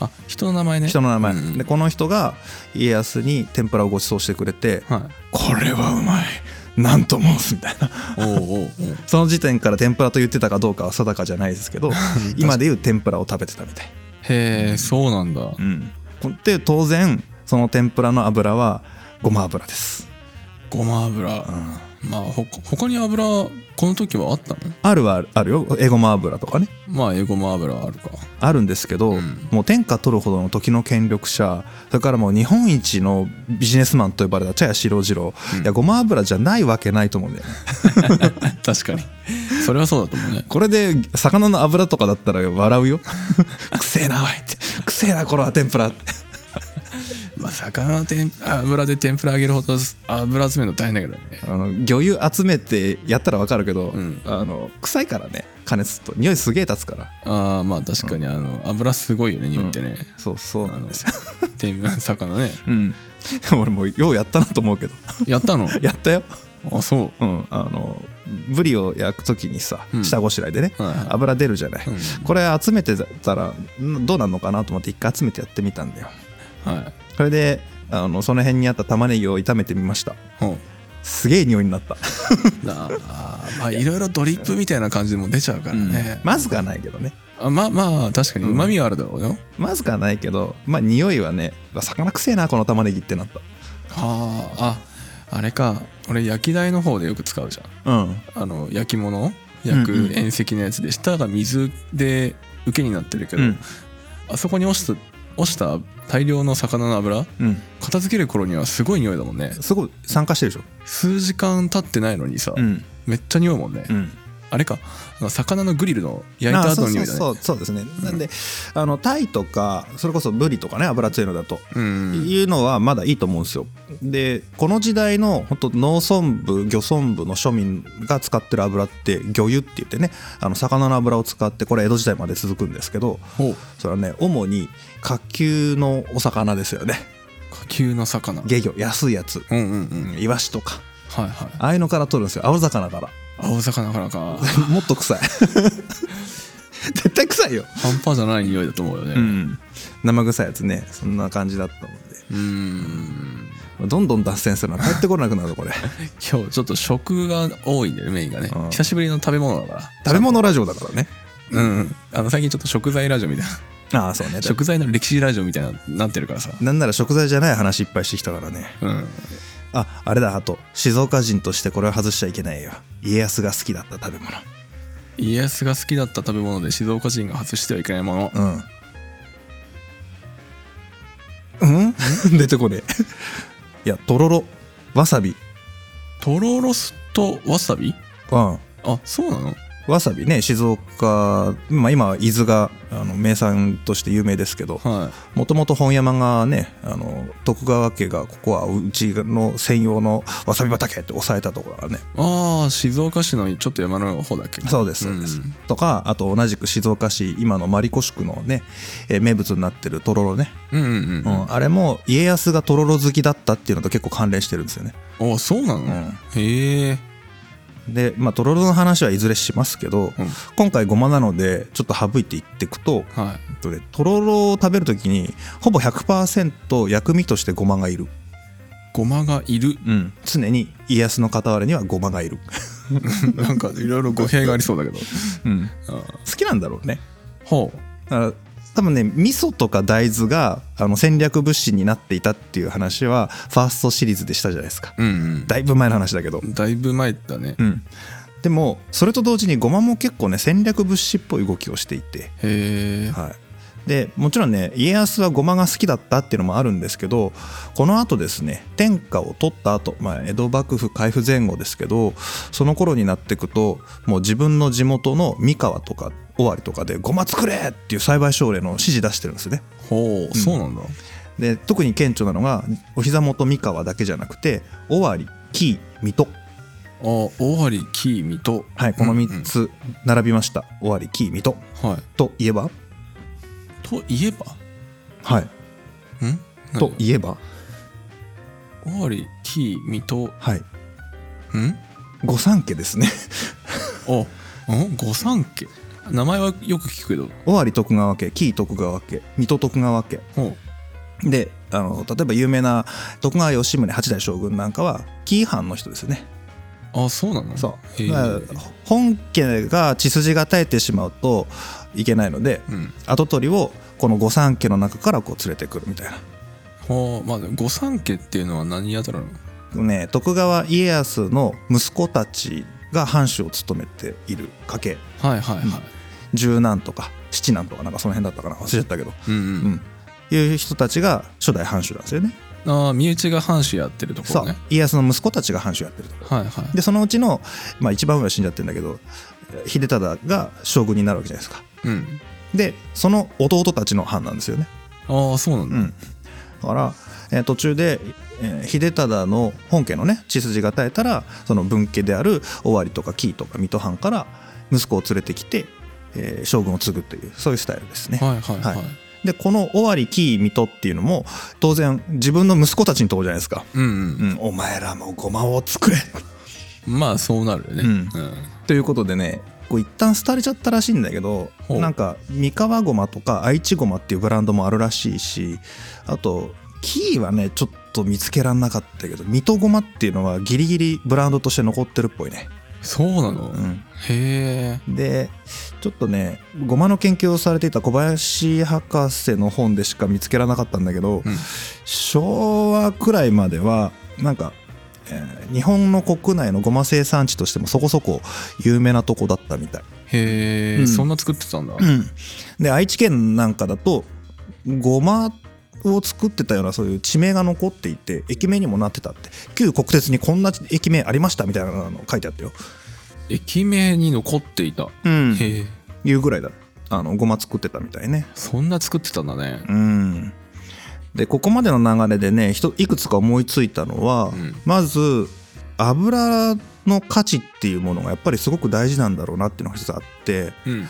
[SPEAKER 1] あ人の名前ね
[SPEAKER 2] 人の名前、
[SPEAKER 1] うんうん
[SPEAKER 2] でこの人が家康に天ぷらをご馳走してくれて
[SPEAKER 1] は
[SPEAKER 2] 「これはうまいなんと申す」みたいない
[SPEAKER 1] おうおうおう
[SPEAKER 2] その時点から天ぷらと言ってたかどうかは定かじゃないですけど (laughs) 今でいう天ぷらを食べてたみたい、
[SPEAKER 1] へえそうなんだ
[SPEAKER 2] うん、で当然その天ぷらの油はごま油です、
[SPEAKER 1] ごま油、
[SPEAKER 2] うん、
[SPEAKER 1] まあほ他に油この時はあったの
[SPEAKER 2] あるはあるあるよえごま油とかね
[SPEAKER 1] まあえごま油はあるか
[SPEAKER 2] あるんですけど、
[SPEAKER 1] うん
[SPEAKER 2] もう天下取るほどの時の権力者それからもう日本一のビジネスマンと呼ばれた茶屋四郎次郎、
[SPEAKER 1] うん
[SPEAKER 2] いやごま油じゃないわけないと思うんだよね
[SPEAKER 1] (laughs) 確かにそれはそうだと思うね
[SPEAKER 2] これで魚の油とかだったら笑うよ (laughs) くせえなおいってくせえなこれは天ぷらって
[SPEAKER 1] まあ魚の天油で天ぷら揚げるほど油詰めるの大変だけどね
[SPEAKER 2] あの魚油集めてやったらわかるけど、
[SPEAKER 1] うん
[SPEAKER 2] あの臭いからね加熱すると匂いすげえ立つから
[SPEAKER 1] ああまあ確かにあの油すごいよね匂ってね、
[SPEAKER 2] そうそうなんですよ、
[SPEAKER 1] 天 (laughs) ぷら魚ね
[SPEAKER 2] うん、 (laughs) 俺もうようやったなと思うけど
[SPEAKER 1] やったの
[SPEAKER 2] やったよ
[SPEAKER 1] (laughs) あそう
[SPEAKER 2] うん、あのブリを焼く時にさ
[SPEAKER 1] うん
[SPEAKER 2] 下ごしらえでね、
[SPEAKER 1] はいはい
[SPEAKER 2] 油出るじゃない、
[SPEAKER 1] うん
[SPEAKER 2] これ集めてたらんどうなんのかなと思って一回集めてやってみたんだよ
[SPEAKER 1] はい
[SPEAKER 2] それであのその辺にあった玉ねぎを炒めてみました
[SPEAKER 1] ほう
[SPEAKER 2] すげえ匂いになった、
[SPEAKER 1] だあーまあいろいろドリップみたいな感じでも出ちゃうからね、
[SPEAKER 2] まずかないけどね
[SPEAKER 1] あまあまあ確かにうまみはあるだろうよ、
[SPEAKER 2] まずかないけどまあ匂いはねうわ魚くせえなこの玉ねぎってなっ
[SPEAKER 1] はあああれか俺焼き台の方でよく使うじゃ
[SPEAKER 2] たうん
[SPEAKER 1] んあの焼き物焼
[SPEAKER 2] うんう
[SPEAKER 1] く
[SPEAKER 2] ん
[SPEAKER 1] 縁石のやつで下が水で受けになってるけど、
[SPEAKER 2] うん
[SPEAKER 1] あそこに落ち落ちた大量の魚の油
[SPEAKER 2] うん
[SPEAKER 1] 片付ける頃にはすごい匂いだもんね
[SPEAKER 2] すごい酸化してるでしょ
[SPEAKER 1] 数時間経ってないのにさ、
[SPEAKER 2] ん
[SPEAKER 1] めっちゃ匂うもんね、
[SPEAKER 2] うん
[SPEAKER 1] あれかあの魚のグリルの焼いた後の匂いだね
[SPEAKER 2] あそうそうそうそうですね、なんであのタイとかそれこそブリとかね油強いのだと、
[SPEAKER 1] うん
[SPEAKER 2] いうのはまだいいと思うんですよでこの時代の本当農村部漁村部の庶民が使ってる油って魚油って言ってねあの魚の油を使ってこれ江戸時代まで続くんですけど
[SPEAKER 1] おう
[SPEAKER 2] それはね主に下級のお魚ですよね
[SPEAKER 1] 下級の魚
[SPEAKER 2] 下魚安いやつ
[SPEAKER 1] うんうんうん
[SPEAKER 2] イワシとか
[SPEAKER 1] はいはい
[SPEAKER 2] ああいうのから取るんですよ青魚から (laughs)
[SPEAKER 1] 青魚からか
[SPEAKER 2] もっと臭い (laughs) 絶対臭いよ
[SPEAKER 1] 半端じゃない匂いだと思うよ
[SPEAKER 2] う
[SPEAKER 1] ね
[SPEAKER 2] ん、生臭いやつねそんな感じだったので
[SPEAKER 1] うんん
[SPEAKER 2] どんどん脱線するのは帰ってこなくなるこれ
[SPEAKER 1] 今日ちょっと食が多いんだよメインがね
[SPEAKER 2] うん
[SPEAKER 1] 久しぶりの食べ物だから
[SPEAKER 2] 食べ物ラジオだからね
[SPEAKER 1] うんうんあの最近ちょっと食材ラジオみたいな
[SPEAKER 2] ああそうね
[SPEAKER 1] 食材の歴史ラジオみたいななってるからさ
[SPEAKER 2] なんなら食材じゃない話いっぱいしてきたからね
[SPEAKER 1] うん
[SPEAKER 2] ああれだあと静岡人としてこれは外しちゃいけないよ家康が好きだった食べ物
[SPEAKER 1] 家康が好きだった食べ物で静岡人が外してはいけないもの
[SPEAKER 2] うん、うん、 (laughs) 出てこねえいやとろろわさび
[SPEAKER 1] とろろすとわさび
[SPEAKER 2] うん
[SPEAKER 1] あそうなの
[SPEAKER 2] わさびね静岡、まあ、今は伊豆があの名産として有名ですけど
[SPEAKER 1] は
[SPEAKER 2] もともと本山がねあの徳川家がここはうちの専用のわさび畑って抑えたところだ
[SPEAKER 1] い
[SPEAKER 2] ね
[SPEAKER 1] ああ静岡市のちょっと山の方だっけ
[SPEAKER 2] そうですそうです、
[SPEAKER 1] うん
[SPEAKER 2] とかあと同じく静岡市今の丸子宿のね、えー名物になってるとろろね、
[SPEAKER 1] うんうん
[SPEAKER 2] う
[SPEAKER 1] うん
[SPEAKER 2] んあれも家康がとろろ好きだったっていうのと結構関連してるんですよね、
[SPEAKER 1] あそうなの、へえ
[SPEAKER 2] でまあとろろの話はいずれしますけ
[SPEAKER 1] う
[SPEAKER 2] ど、
[SPEAKER 1] ん
[SPEAKER 2] 今回ごまなのでちょっと省いていっていくと
[SPEAKER 1] はい
[SPEAKER 2] えっとねとろろを食べるときにほぼ100%薬味としてごまがいる
[SPEAKER 1] ごまがいる (laughs)
[SPEAKER 2] うん、常に家康の傍らにはゴマがいる、
[SPEAKER 1] なんかいろいろ語弊がありそうだけど
[SPEAKER 2] うん、
[SPEAKER 1] ああ
[SPEAKER 2] (laughs) 好きなんだろうね
[SPEAKER 1] ほ
[SPEAKER 2] だから多分ね味噌とか大豆があの戦略物資になっていたっていう話はファーストシリーズでしたじゃないですか
[SPEAKER 1] ううん
[SPEAKER 2] だいぶ前の話だけど
[SPEAKER 1] う、んだいぶ前だね
[SPEAKER 2] うん、でもそれと同時にゴマも結構ね戦略物資っぽい動きをしていて、
[SPEAKER 1] へえ
[SPEAKER 2] はい、でもちろんね家康はごまが好きだったっていうのもあるんですけどこのあとですね天下を取った後、まあ江戸幕府開府前後ですけどその頃になってくともう自分の地元の三河とか尾張とかでごま作れっていう栽培奨励の指示出してるんですね。
[SPEAKER 1] ほうそうなんだ
[SPEAKER 2] で特に顕著なのがお膝元三河だけじゃなくて尾張紀伊水戸
[SPEAKER 1] あ尾張紀伊水戸
[SPEAKER 2] はいこの
[SPEAKER 1] うんう
[SPEAKER 2] 3
[SPEAKER 1] ん
[SPEAKER 2] つ並びました尾張紀伊水戸
[SPEAKER 1] はい
[SPEAKER 2] といえば
[SPEAKER 1] といえば
[SPEAKER 2] はい
[SPEAKER 1] ん
[SPEAKER 2] といえば
[SPEAKER 1] 何尾張紀伊水戸ん
[SPEAKER 2] はい御三家ですね
[SPEAKER 1] あん御三家名前はよく聞くけど
[SPEAKER 2] 尾張徳川家紀伊徳川家水戸徳川家
[SPEAKER 1] ほ
[SPEAKER 2] であの例えば有名な徳川吉宗八代将軍なんかは紀伊藩の人ですよね
[SPEAKER 1] うあそうなの
[SPEAKER 2] そう
[SPEAKER 1] へえ
[SPEAKER 2] だから本家が血筋が絶えてしまうといけないので
[SPEAKER 1] うん
[SPEAKER 2] 跡取りをこの御三家の中からこう連れてくるみたいな。
[SPEAKER 1] ほうまあ御三家っていうのは何やたらの
[SPEAKER 2] ね、徳川家康の息子たちが藩主を務めている家系
[SPEAKER 1] はいはいは
[SPEAKER 2] 十男とか七男とかなんかその辺だったかな忘れちゃったけど、
[SPEAKER 1] いうん
[SPEAKER 2] う
[SPEAKER 1] うん
[SPEAKER 2] ん、いう人たちが初代藩主なんですよね。
[SPEAKER 1] ああ身内が藩主やってるとこ
[SPEAKER 2] そ
[SPEAKER 1] ろ
[SPEAKER 2] う、
[SPEAKER 1] ね
[SPEAKER 2] 家康の息子たちが藩主やってると
[SPEAKER 1] はいはい
[SPEAKER 2] でそのうちの、まあ、一番上は死んじゃってるんだけど秀忠が将軍になるわけじゃないですか
[SPEAKER 1] うん
[SPEAKER 2] でその弟たちの藩なんですよね、
[SPEAKER 1] ああそうなん
[SPEAKER 2] う
[SPEAKER 1] だ、
[SPEAKER 2] ん、だから、えー途中で、えー秀忠の本家のね血筋が絶えたらその分家である尾張とか紀伊とか水戸藩から息子を連れてきて、えー将軍を継ぐというそういうスタイルですね、
[SPEAKER 1] はいはいはい、
[SPEAKER 2] はいでこの尾張紀伊水戸っていうのも当然自分の息子たちのとこじゃないですか、
[SPEAKER 1] うん
[SPEAKER 2] う
[SPEAKER 1] うん
[SPEAKER 2] ん、お前らもごまを作れ
[SPEAKER 1] まあそうなるよね、
[SPEAKER 2] うんということでねこう一旦廃れちゃったらしいんだけど
[SPEAKER 1] ほう
[SPEAKER 2] なんか三河ごまとか愛知ごまっていうブランドもあるらしいしあとキーはねちょっと見つけらんなかったけど水戸ごまっていうのはギリギリブランドとして残ってるっぽいね、
[SPEAKER 1] そうなの、
[SPEAKER 2] うん、
[SPEAKER 1] へえ
[SPEAKER 2] でちょっとねごまの研究をされていた小林博士の本でしか見つけられなかったんだけ
[SPEAKER 1] う
[SPEAKER 2] ど、
[SPEAKER 1] ん
[SPEAKER 2] 昭和くらいまではなんか、えー日本の国内のごま生産地としてもそこそこ有名なとこだったみたい
[SPEAKER 1] へえ、
[SPEAKER 2] うん
[SPEAKER 1] そんな作ってたんだ、
[SPEAKER 2] うん、で愛知県なんかだとごまを作ってたようなそういう地名が残っていて駅名にもなってたって旧国鉄にこんな駅名ありましたみたいなの書いてあったよ、
[SPEAKER 1] 駅名に残っていた、
[SPEAKER 2] うん
[SPEAKER 1] へえ
[SPEAKER 2] いうぐらいだあのごま作ってたみたいね
[SPEAKER 1] そんな作ってたんだね
[SPEAKER 2] うんでここまでの流れでねひといくつか思いついたのは、
[SPEAKER 1] うん
[SPEAKER 2] まず油の価値っていうものがやっぱりすごく大事なんだろうなっていうのが一つあって
[SPEAKER 1] うん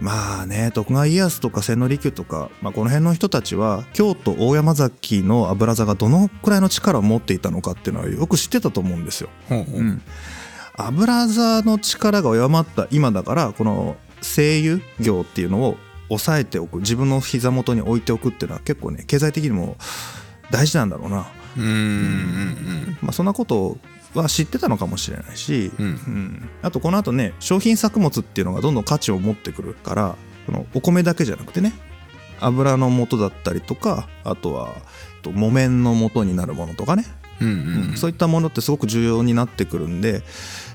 [SPEAKER 2] まあね徳川家康とか千利休とか、まあ、この辺の人たちは京都大山崎の油座がどのくらいの力を持っていたのかっていうのはよく知ってたと思うんですよ。
[SPEAKER 1] ほうほううん
[SPEAKER 2] 油座の力が弱まった今だからこの声優業っていうのを抑えておく自分の膝元に置いておくっていうのは結構ね経済的にも大事なんだろうな、
[SPEAKER 1] うんうん
[SPEAKER 2] まあ、そんなことは知ってたのかもしれないし、
[SPEAKER 1] うんうん
[SPEAKER 2] うん、あとこの後ね商品作物っていうのがどんどん価値を持ってくるからこのお米だけじゃなくてね油の元だったりとかあとはえっと木綿の元になるものとかね、
[SPEAKER 1] うん
[SPEAKER 2] う
[SPEAKER 1] うんんうん
[SPEAKER 2] そういったものってすごく重要になってくるんで、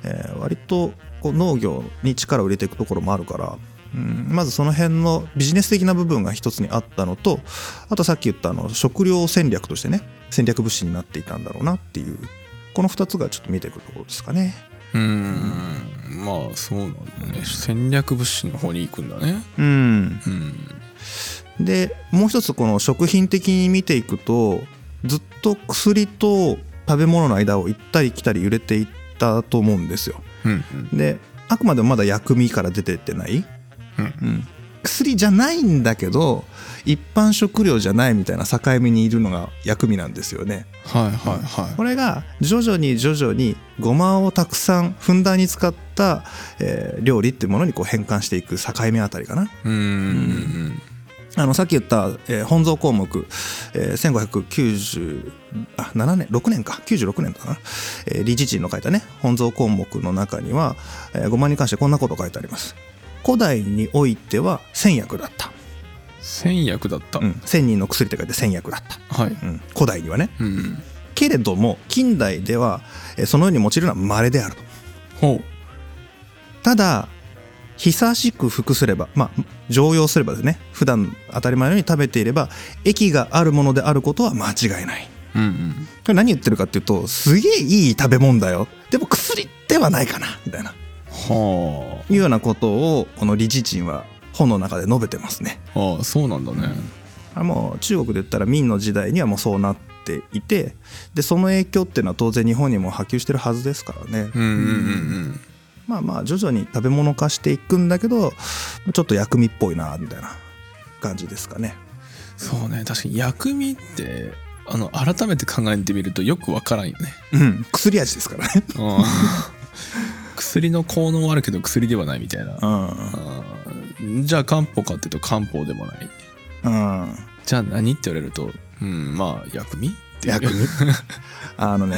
[SPEAKER 2] えー割とこう農業に力を入れていくところもあるから、うん、まずその辺のビジネス的な部分が一つにあったのとあとさっき言ったあの食料戦略としてね戦略物資になっていたんだろうなっていうこの2つがちょっと見てくるところですかね。
[SPEAKER 1] うーんまあそうなんだね戦略物資の方に行くんだね
[SPEAKER 2] うん、
[SPEAKER 1] うん
[SPEAKER 2] でもう一つこの食品的に見ていくとずっと薬と食べ物の間を行ったり来たり揺れていったと思うんですよ。
[SPEAKER 1] うん
[SPEAKER 2] であくまでもまだ薬味から出てってない、
[SPEAKER 1] うん
[SPEAKER 2] うん薬じゃないんだけど一般食料じゃないみたいな境目にいるのが薬味なんですよね。
[SPEAKER 1] はいはいは
[SPEAKER 2] これが徐々に徐々にごまをたくさんふんだんに使った、えー料理っていうものにこう変換していく境目あたりかな。
[SPEAKER 1] いうーん
[SPEAKER 2] あのさっき言った、えー本草項目、えー、1597年6年か96年かな、えー理事陣の書いたね本草項目の中には、えー、ごまに関してこんなこと書いてあります古代においては千薬だった、
[SPEAKER 1] 戦略だった、
[SPEAKER 2] うん、千人の薬って書いて千薬だっ
[SPEAKER 1] はい
[SPEAKER 2] た、うん、古代にはね
[SPEAKER 1] うん
[SPEAKER 2] けれども近代では、えーそのように用いるのは稀であると
[SPEAKER 1] ほ
[SPEAKER 2] ただ久しく服すればまあ常用すればですね普段当たり前のように食べていれば液があるものであることは間違いないう
[SPEAKER 1] うん
[SPEAKER 2] これ何言ってるかっていうとすげえいい食べ物だよでも薬ではないかなみたいな
[SPEAKER 1] うんは
[SPEAKER 2] いうようなことをこの理事陣は本の中で述べてますね
[SPEAKER 1] あああそうなんだね
[SPEAKER 2] あもう中国で言ったら明の時代にはもうそうなっていてでその影響っていうのは当然日本にも波及してるはずですからね、
[SPEAKER 1] うんうんうん
[SPEAKER 2] まあまあ徐々に食べ物化していくんだけどちょっと薬味っぽいなみたいな感じですかね
[SPEAKER 1] そうね確かに薬味ってあの改めて考えてみるとよくわからんよね
[SPEAKER 2] うん薬味ですからね
[SPEAKER 1] 薬の効能はあるけど薬ではないみたいな
[SPEAKER 2] う
[SPEAKER 1] あーじゃあ漢方かっていうと漢方でもない
[SPEAKER 2] んうん
[SPEAKER 1] じゃあ何って言われるとうんまあ薬味っていう
[SPEAKER 2] 薬味あのね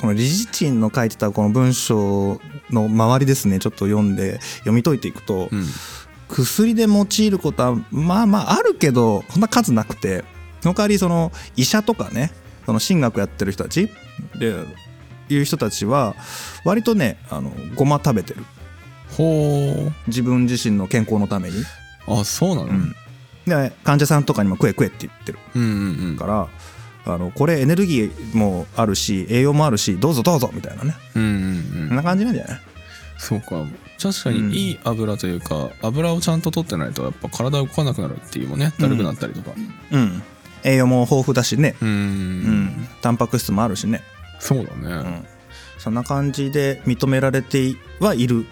[SPEAKER 2] この理事陳の書いてたこの文章の周りですねちょっと読んで読み解いていくと、
[SPEAKER 1] うん
[SPEAKER 2] 薬で用いることはまあまああるけどこんな数なくてその代わりその医者とかねその神学やってる人たちでいう人たちは割とねあのごま食べてる
[SPEAKER 1] ほ
[SPEAKER 2] 自分自身の健康のために、
[SPEAKER 1] うあそうなの、うん、
[SPEAKER 2] で患者さんとかにも食え食えって言ってる
[SPEAKER 1] うんうん
[SPEAKER 2] からあのこれエネルギーもあるし栄養もあるしどうぞどうぞみたいなね
[SPEAKER 1] うんうん
[SPEAKER 2] そ
[SPEAKER 1] うんん
[SPEAKER 2] な感じなんじゃない
[SPEAKER 1] そうか確かにいい油というか、油をちゃんと取ってないとやっぱ体動かなくなるっていうもねだるくなったりとか
[SPEAKER 2] うん栄養も豊富だしね
[SPEAKER 1] うん
[SPEAKER 2] うんタンパク質もあるしね
[SPEAKER 1] そうだ
[SPEAKER 2] う
[SPEAKER 1] ね
[SPEAKER 2] んそんな感じで認められてはいる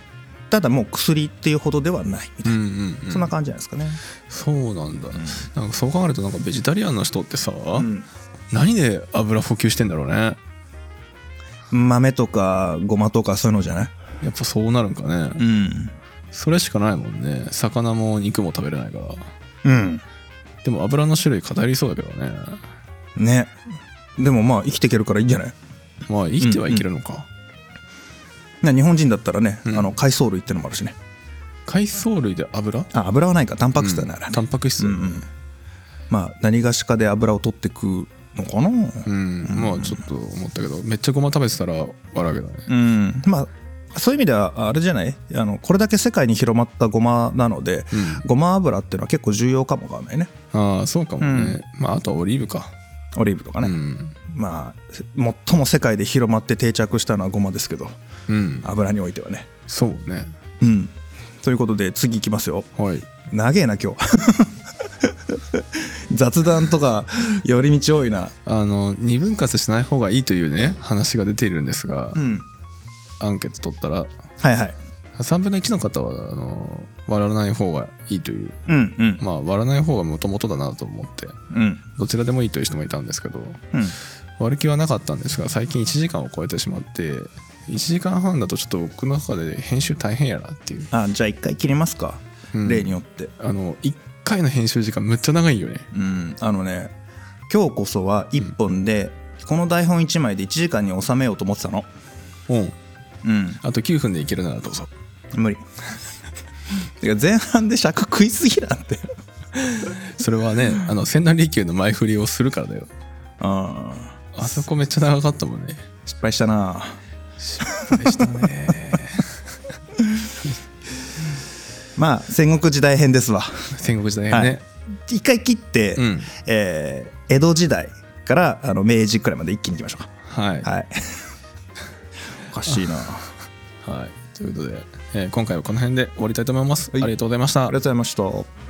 [SPEAKER 2] ただもう薬っていうほどではないみ
[SPEAKER 1] う
[SPEAKER 2] たい
[SPEAKER 1] ん
[SPEAKER 2] な
[SPEAKER 1] うん、うん、
[SPEAKER 2] そんな感じじゃないですかね
[SPEAKER 1] そうなんだ、
[SPEAKER 2] ん
[SPEAKER 1] なんかそう考えるとなんかベジタリアンの人ってさ、
[SPEAKER 2] うん
[SPEAKER 1] 何で油補給してんだろうね
[SPEAKER 2] 豆とかごまとかそういうのじゃない
[SPEAKER 1] やっぱそうなるんかね、
[SPEAKER 2] うん
[SPEAKER 1] それしかないもんね魚も肉も食べれないから
[SPEAKER 2] うん
[SPEAKER 1] でも油の種類偏りそうだけどね
[SPEAKER 2] ねでもまあ生きていけるからいいんじゃない
[SPEAKER 1] まあ生きてはいけるのか、
[SPEAKER 2] な日本人だったらね、
[SPEAKER 1] うん
[SPEAKER 2] あの海藻類ってのもあるしね
[SPEAKER 1] 海藻類で油
[SPEAKER 2] あ油はないかタンパク質だね、あれ
[SPEAKER 1] うんタンパク質
[SPEAKER 2] うんうんまあ何がしかで油を取ってくのかな
[SPEAKER 1] うんまあちょっと思ったけどめっちゃごま食べてたら笑うけどね
[SPEAKER 2] うんまあそういう意味ではあれじゃないあのこれだけ世界に広まったごまなので
[SPEAKER 1] うん
[SPEAKER 2] ごま油っていうのは結構重要かもわかんないね
[SPEAKER 1] ああそうかもね、まああとはオリーブか、
[SPEAKER 2] オリーブとか
[SPEAKER 1] う
[SPEAKER 2] ね、
[SPEAKER 1] ん
[SPEAKER 2] まあせ最も世界で広まって定着したのはごまですけど
[SPEAKER 1] うん
[SPEAKER 2] 油においてはね
[SPEAKER 1] そうね
[SPEAKER 2] うんということで次いきますよ
[SPEAKER 1] はい
[SPEAKER 2] 長えな今日 (laughs) 雑談とか寄り道多いな
[SPEAKER 1] あの二分割しない方がいいというね話が出ているんですが、
[SPEAKER 2] うん
[SPEAKER 1] アンケート取ったら
[SPEAKER 2] はいはい
[SPEAKER 1] 3分の1の方はあの割らない方がいいという
[SPEAKER 2] うんうん
[SPEAKER 1] まあ割らない方がもともとだなと思って
[SPEAKER 2] うん
[SPEAKER 1] どちらでもいいという人もいたんですけど
[SPEAKER 2] うん
[SPEAKER 1] 割り気はなかったんですが最近1時間を超えてしまって1時間半だとちょっと僕の中で編集大変やなっていう、
[SPEAKER 2] あじゃあ一回切りますか、
[SPEAKER 1] うん
[SPEAKER 2] 例によって
[SPEAKER 1] あの1回の編集時間めっちゃ長いよね
[SPEAKER 2] うんあのね今日こそは1本で、この台本1枚で1時間に収めようと思ってたの
[SPEAKER 1] うん
[SPEAKER 2] うん
[SPEAKER 1] あと9分でいけるならどうぞ
[SPEAKER 2] 無理 (laughs) てか前半で尺食いすぎなんて
[SPEAKER 1] それはね (laughs) あの千利休の前振りをするからだよ
[SPEAKER 2] ああ
[SPEAKER 1] あそこめっちゃ長かったもんね
[SPEAKER 2] 失敗したな
[SPEAKER 1] 失敗したね
[SPEAKER 2] まあ戦国時代編ですわ
[SPEAKER 1] (laughs) 戦国時代ね、
[SPEAKER 2] はい一回切って、
[SPEAKER 1] うん
[SPEAKER 2] えー江戸時代からあの明治くらいまで一気にいきましょう
[SPEAKER 1] はい
[SPEAKER 2] かはいおかしいな (laughs) あ
[SPEAKER 1] はい、ということで、えー今回はこの辺で終わりたいと思います、
[SPEAKER 2] はい
[SPEAKER 1] ありがとうございました
[SPEAKER 2] りがとうございました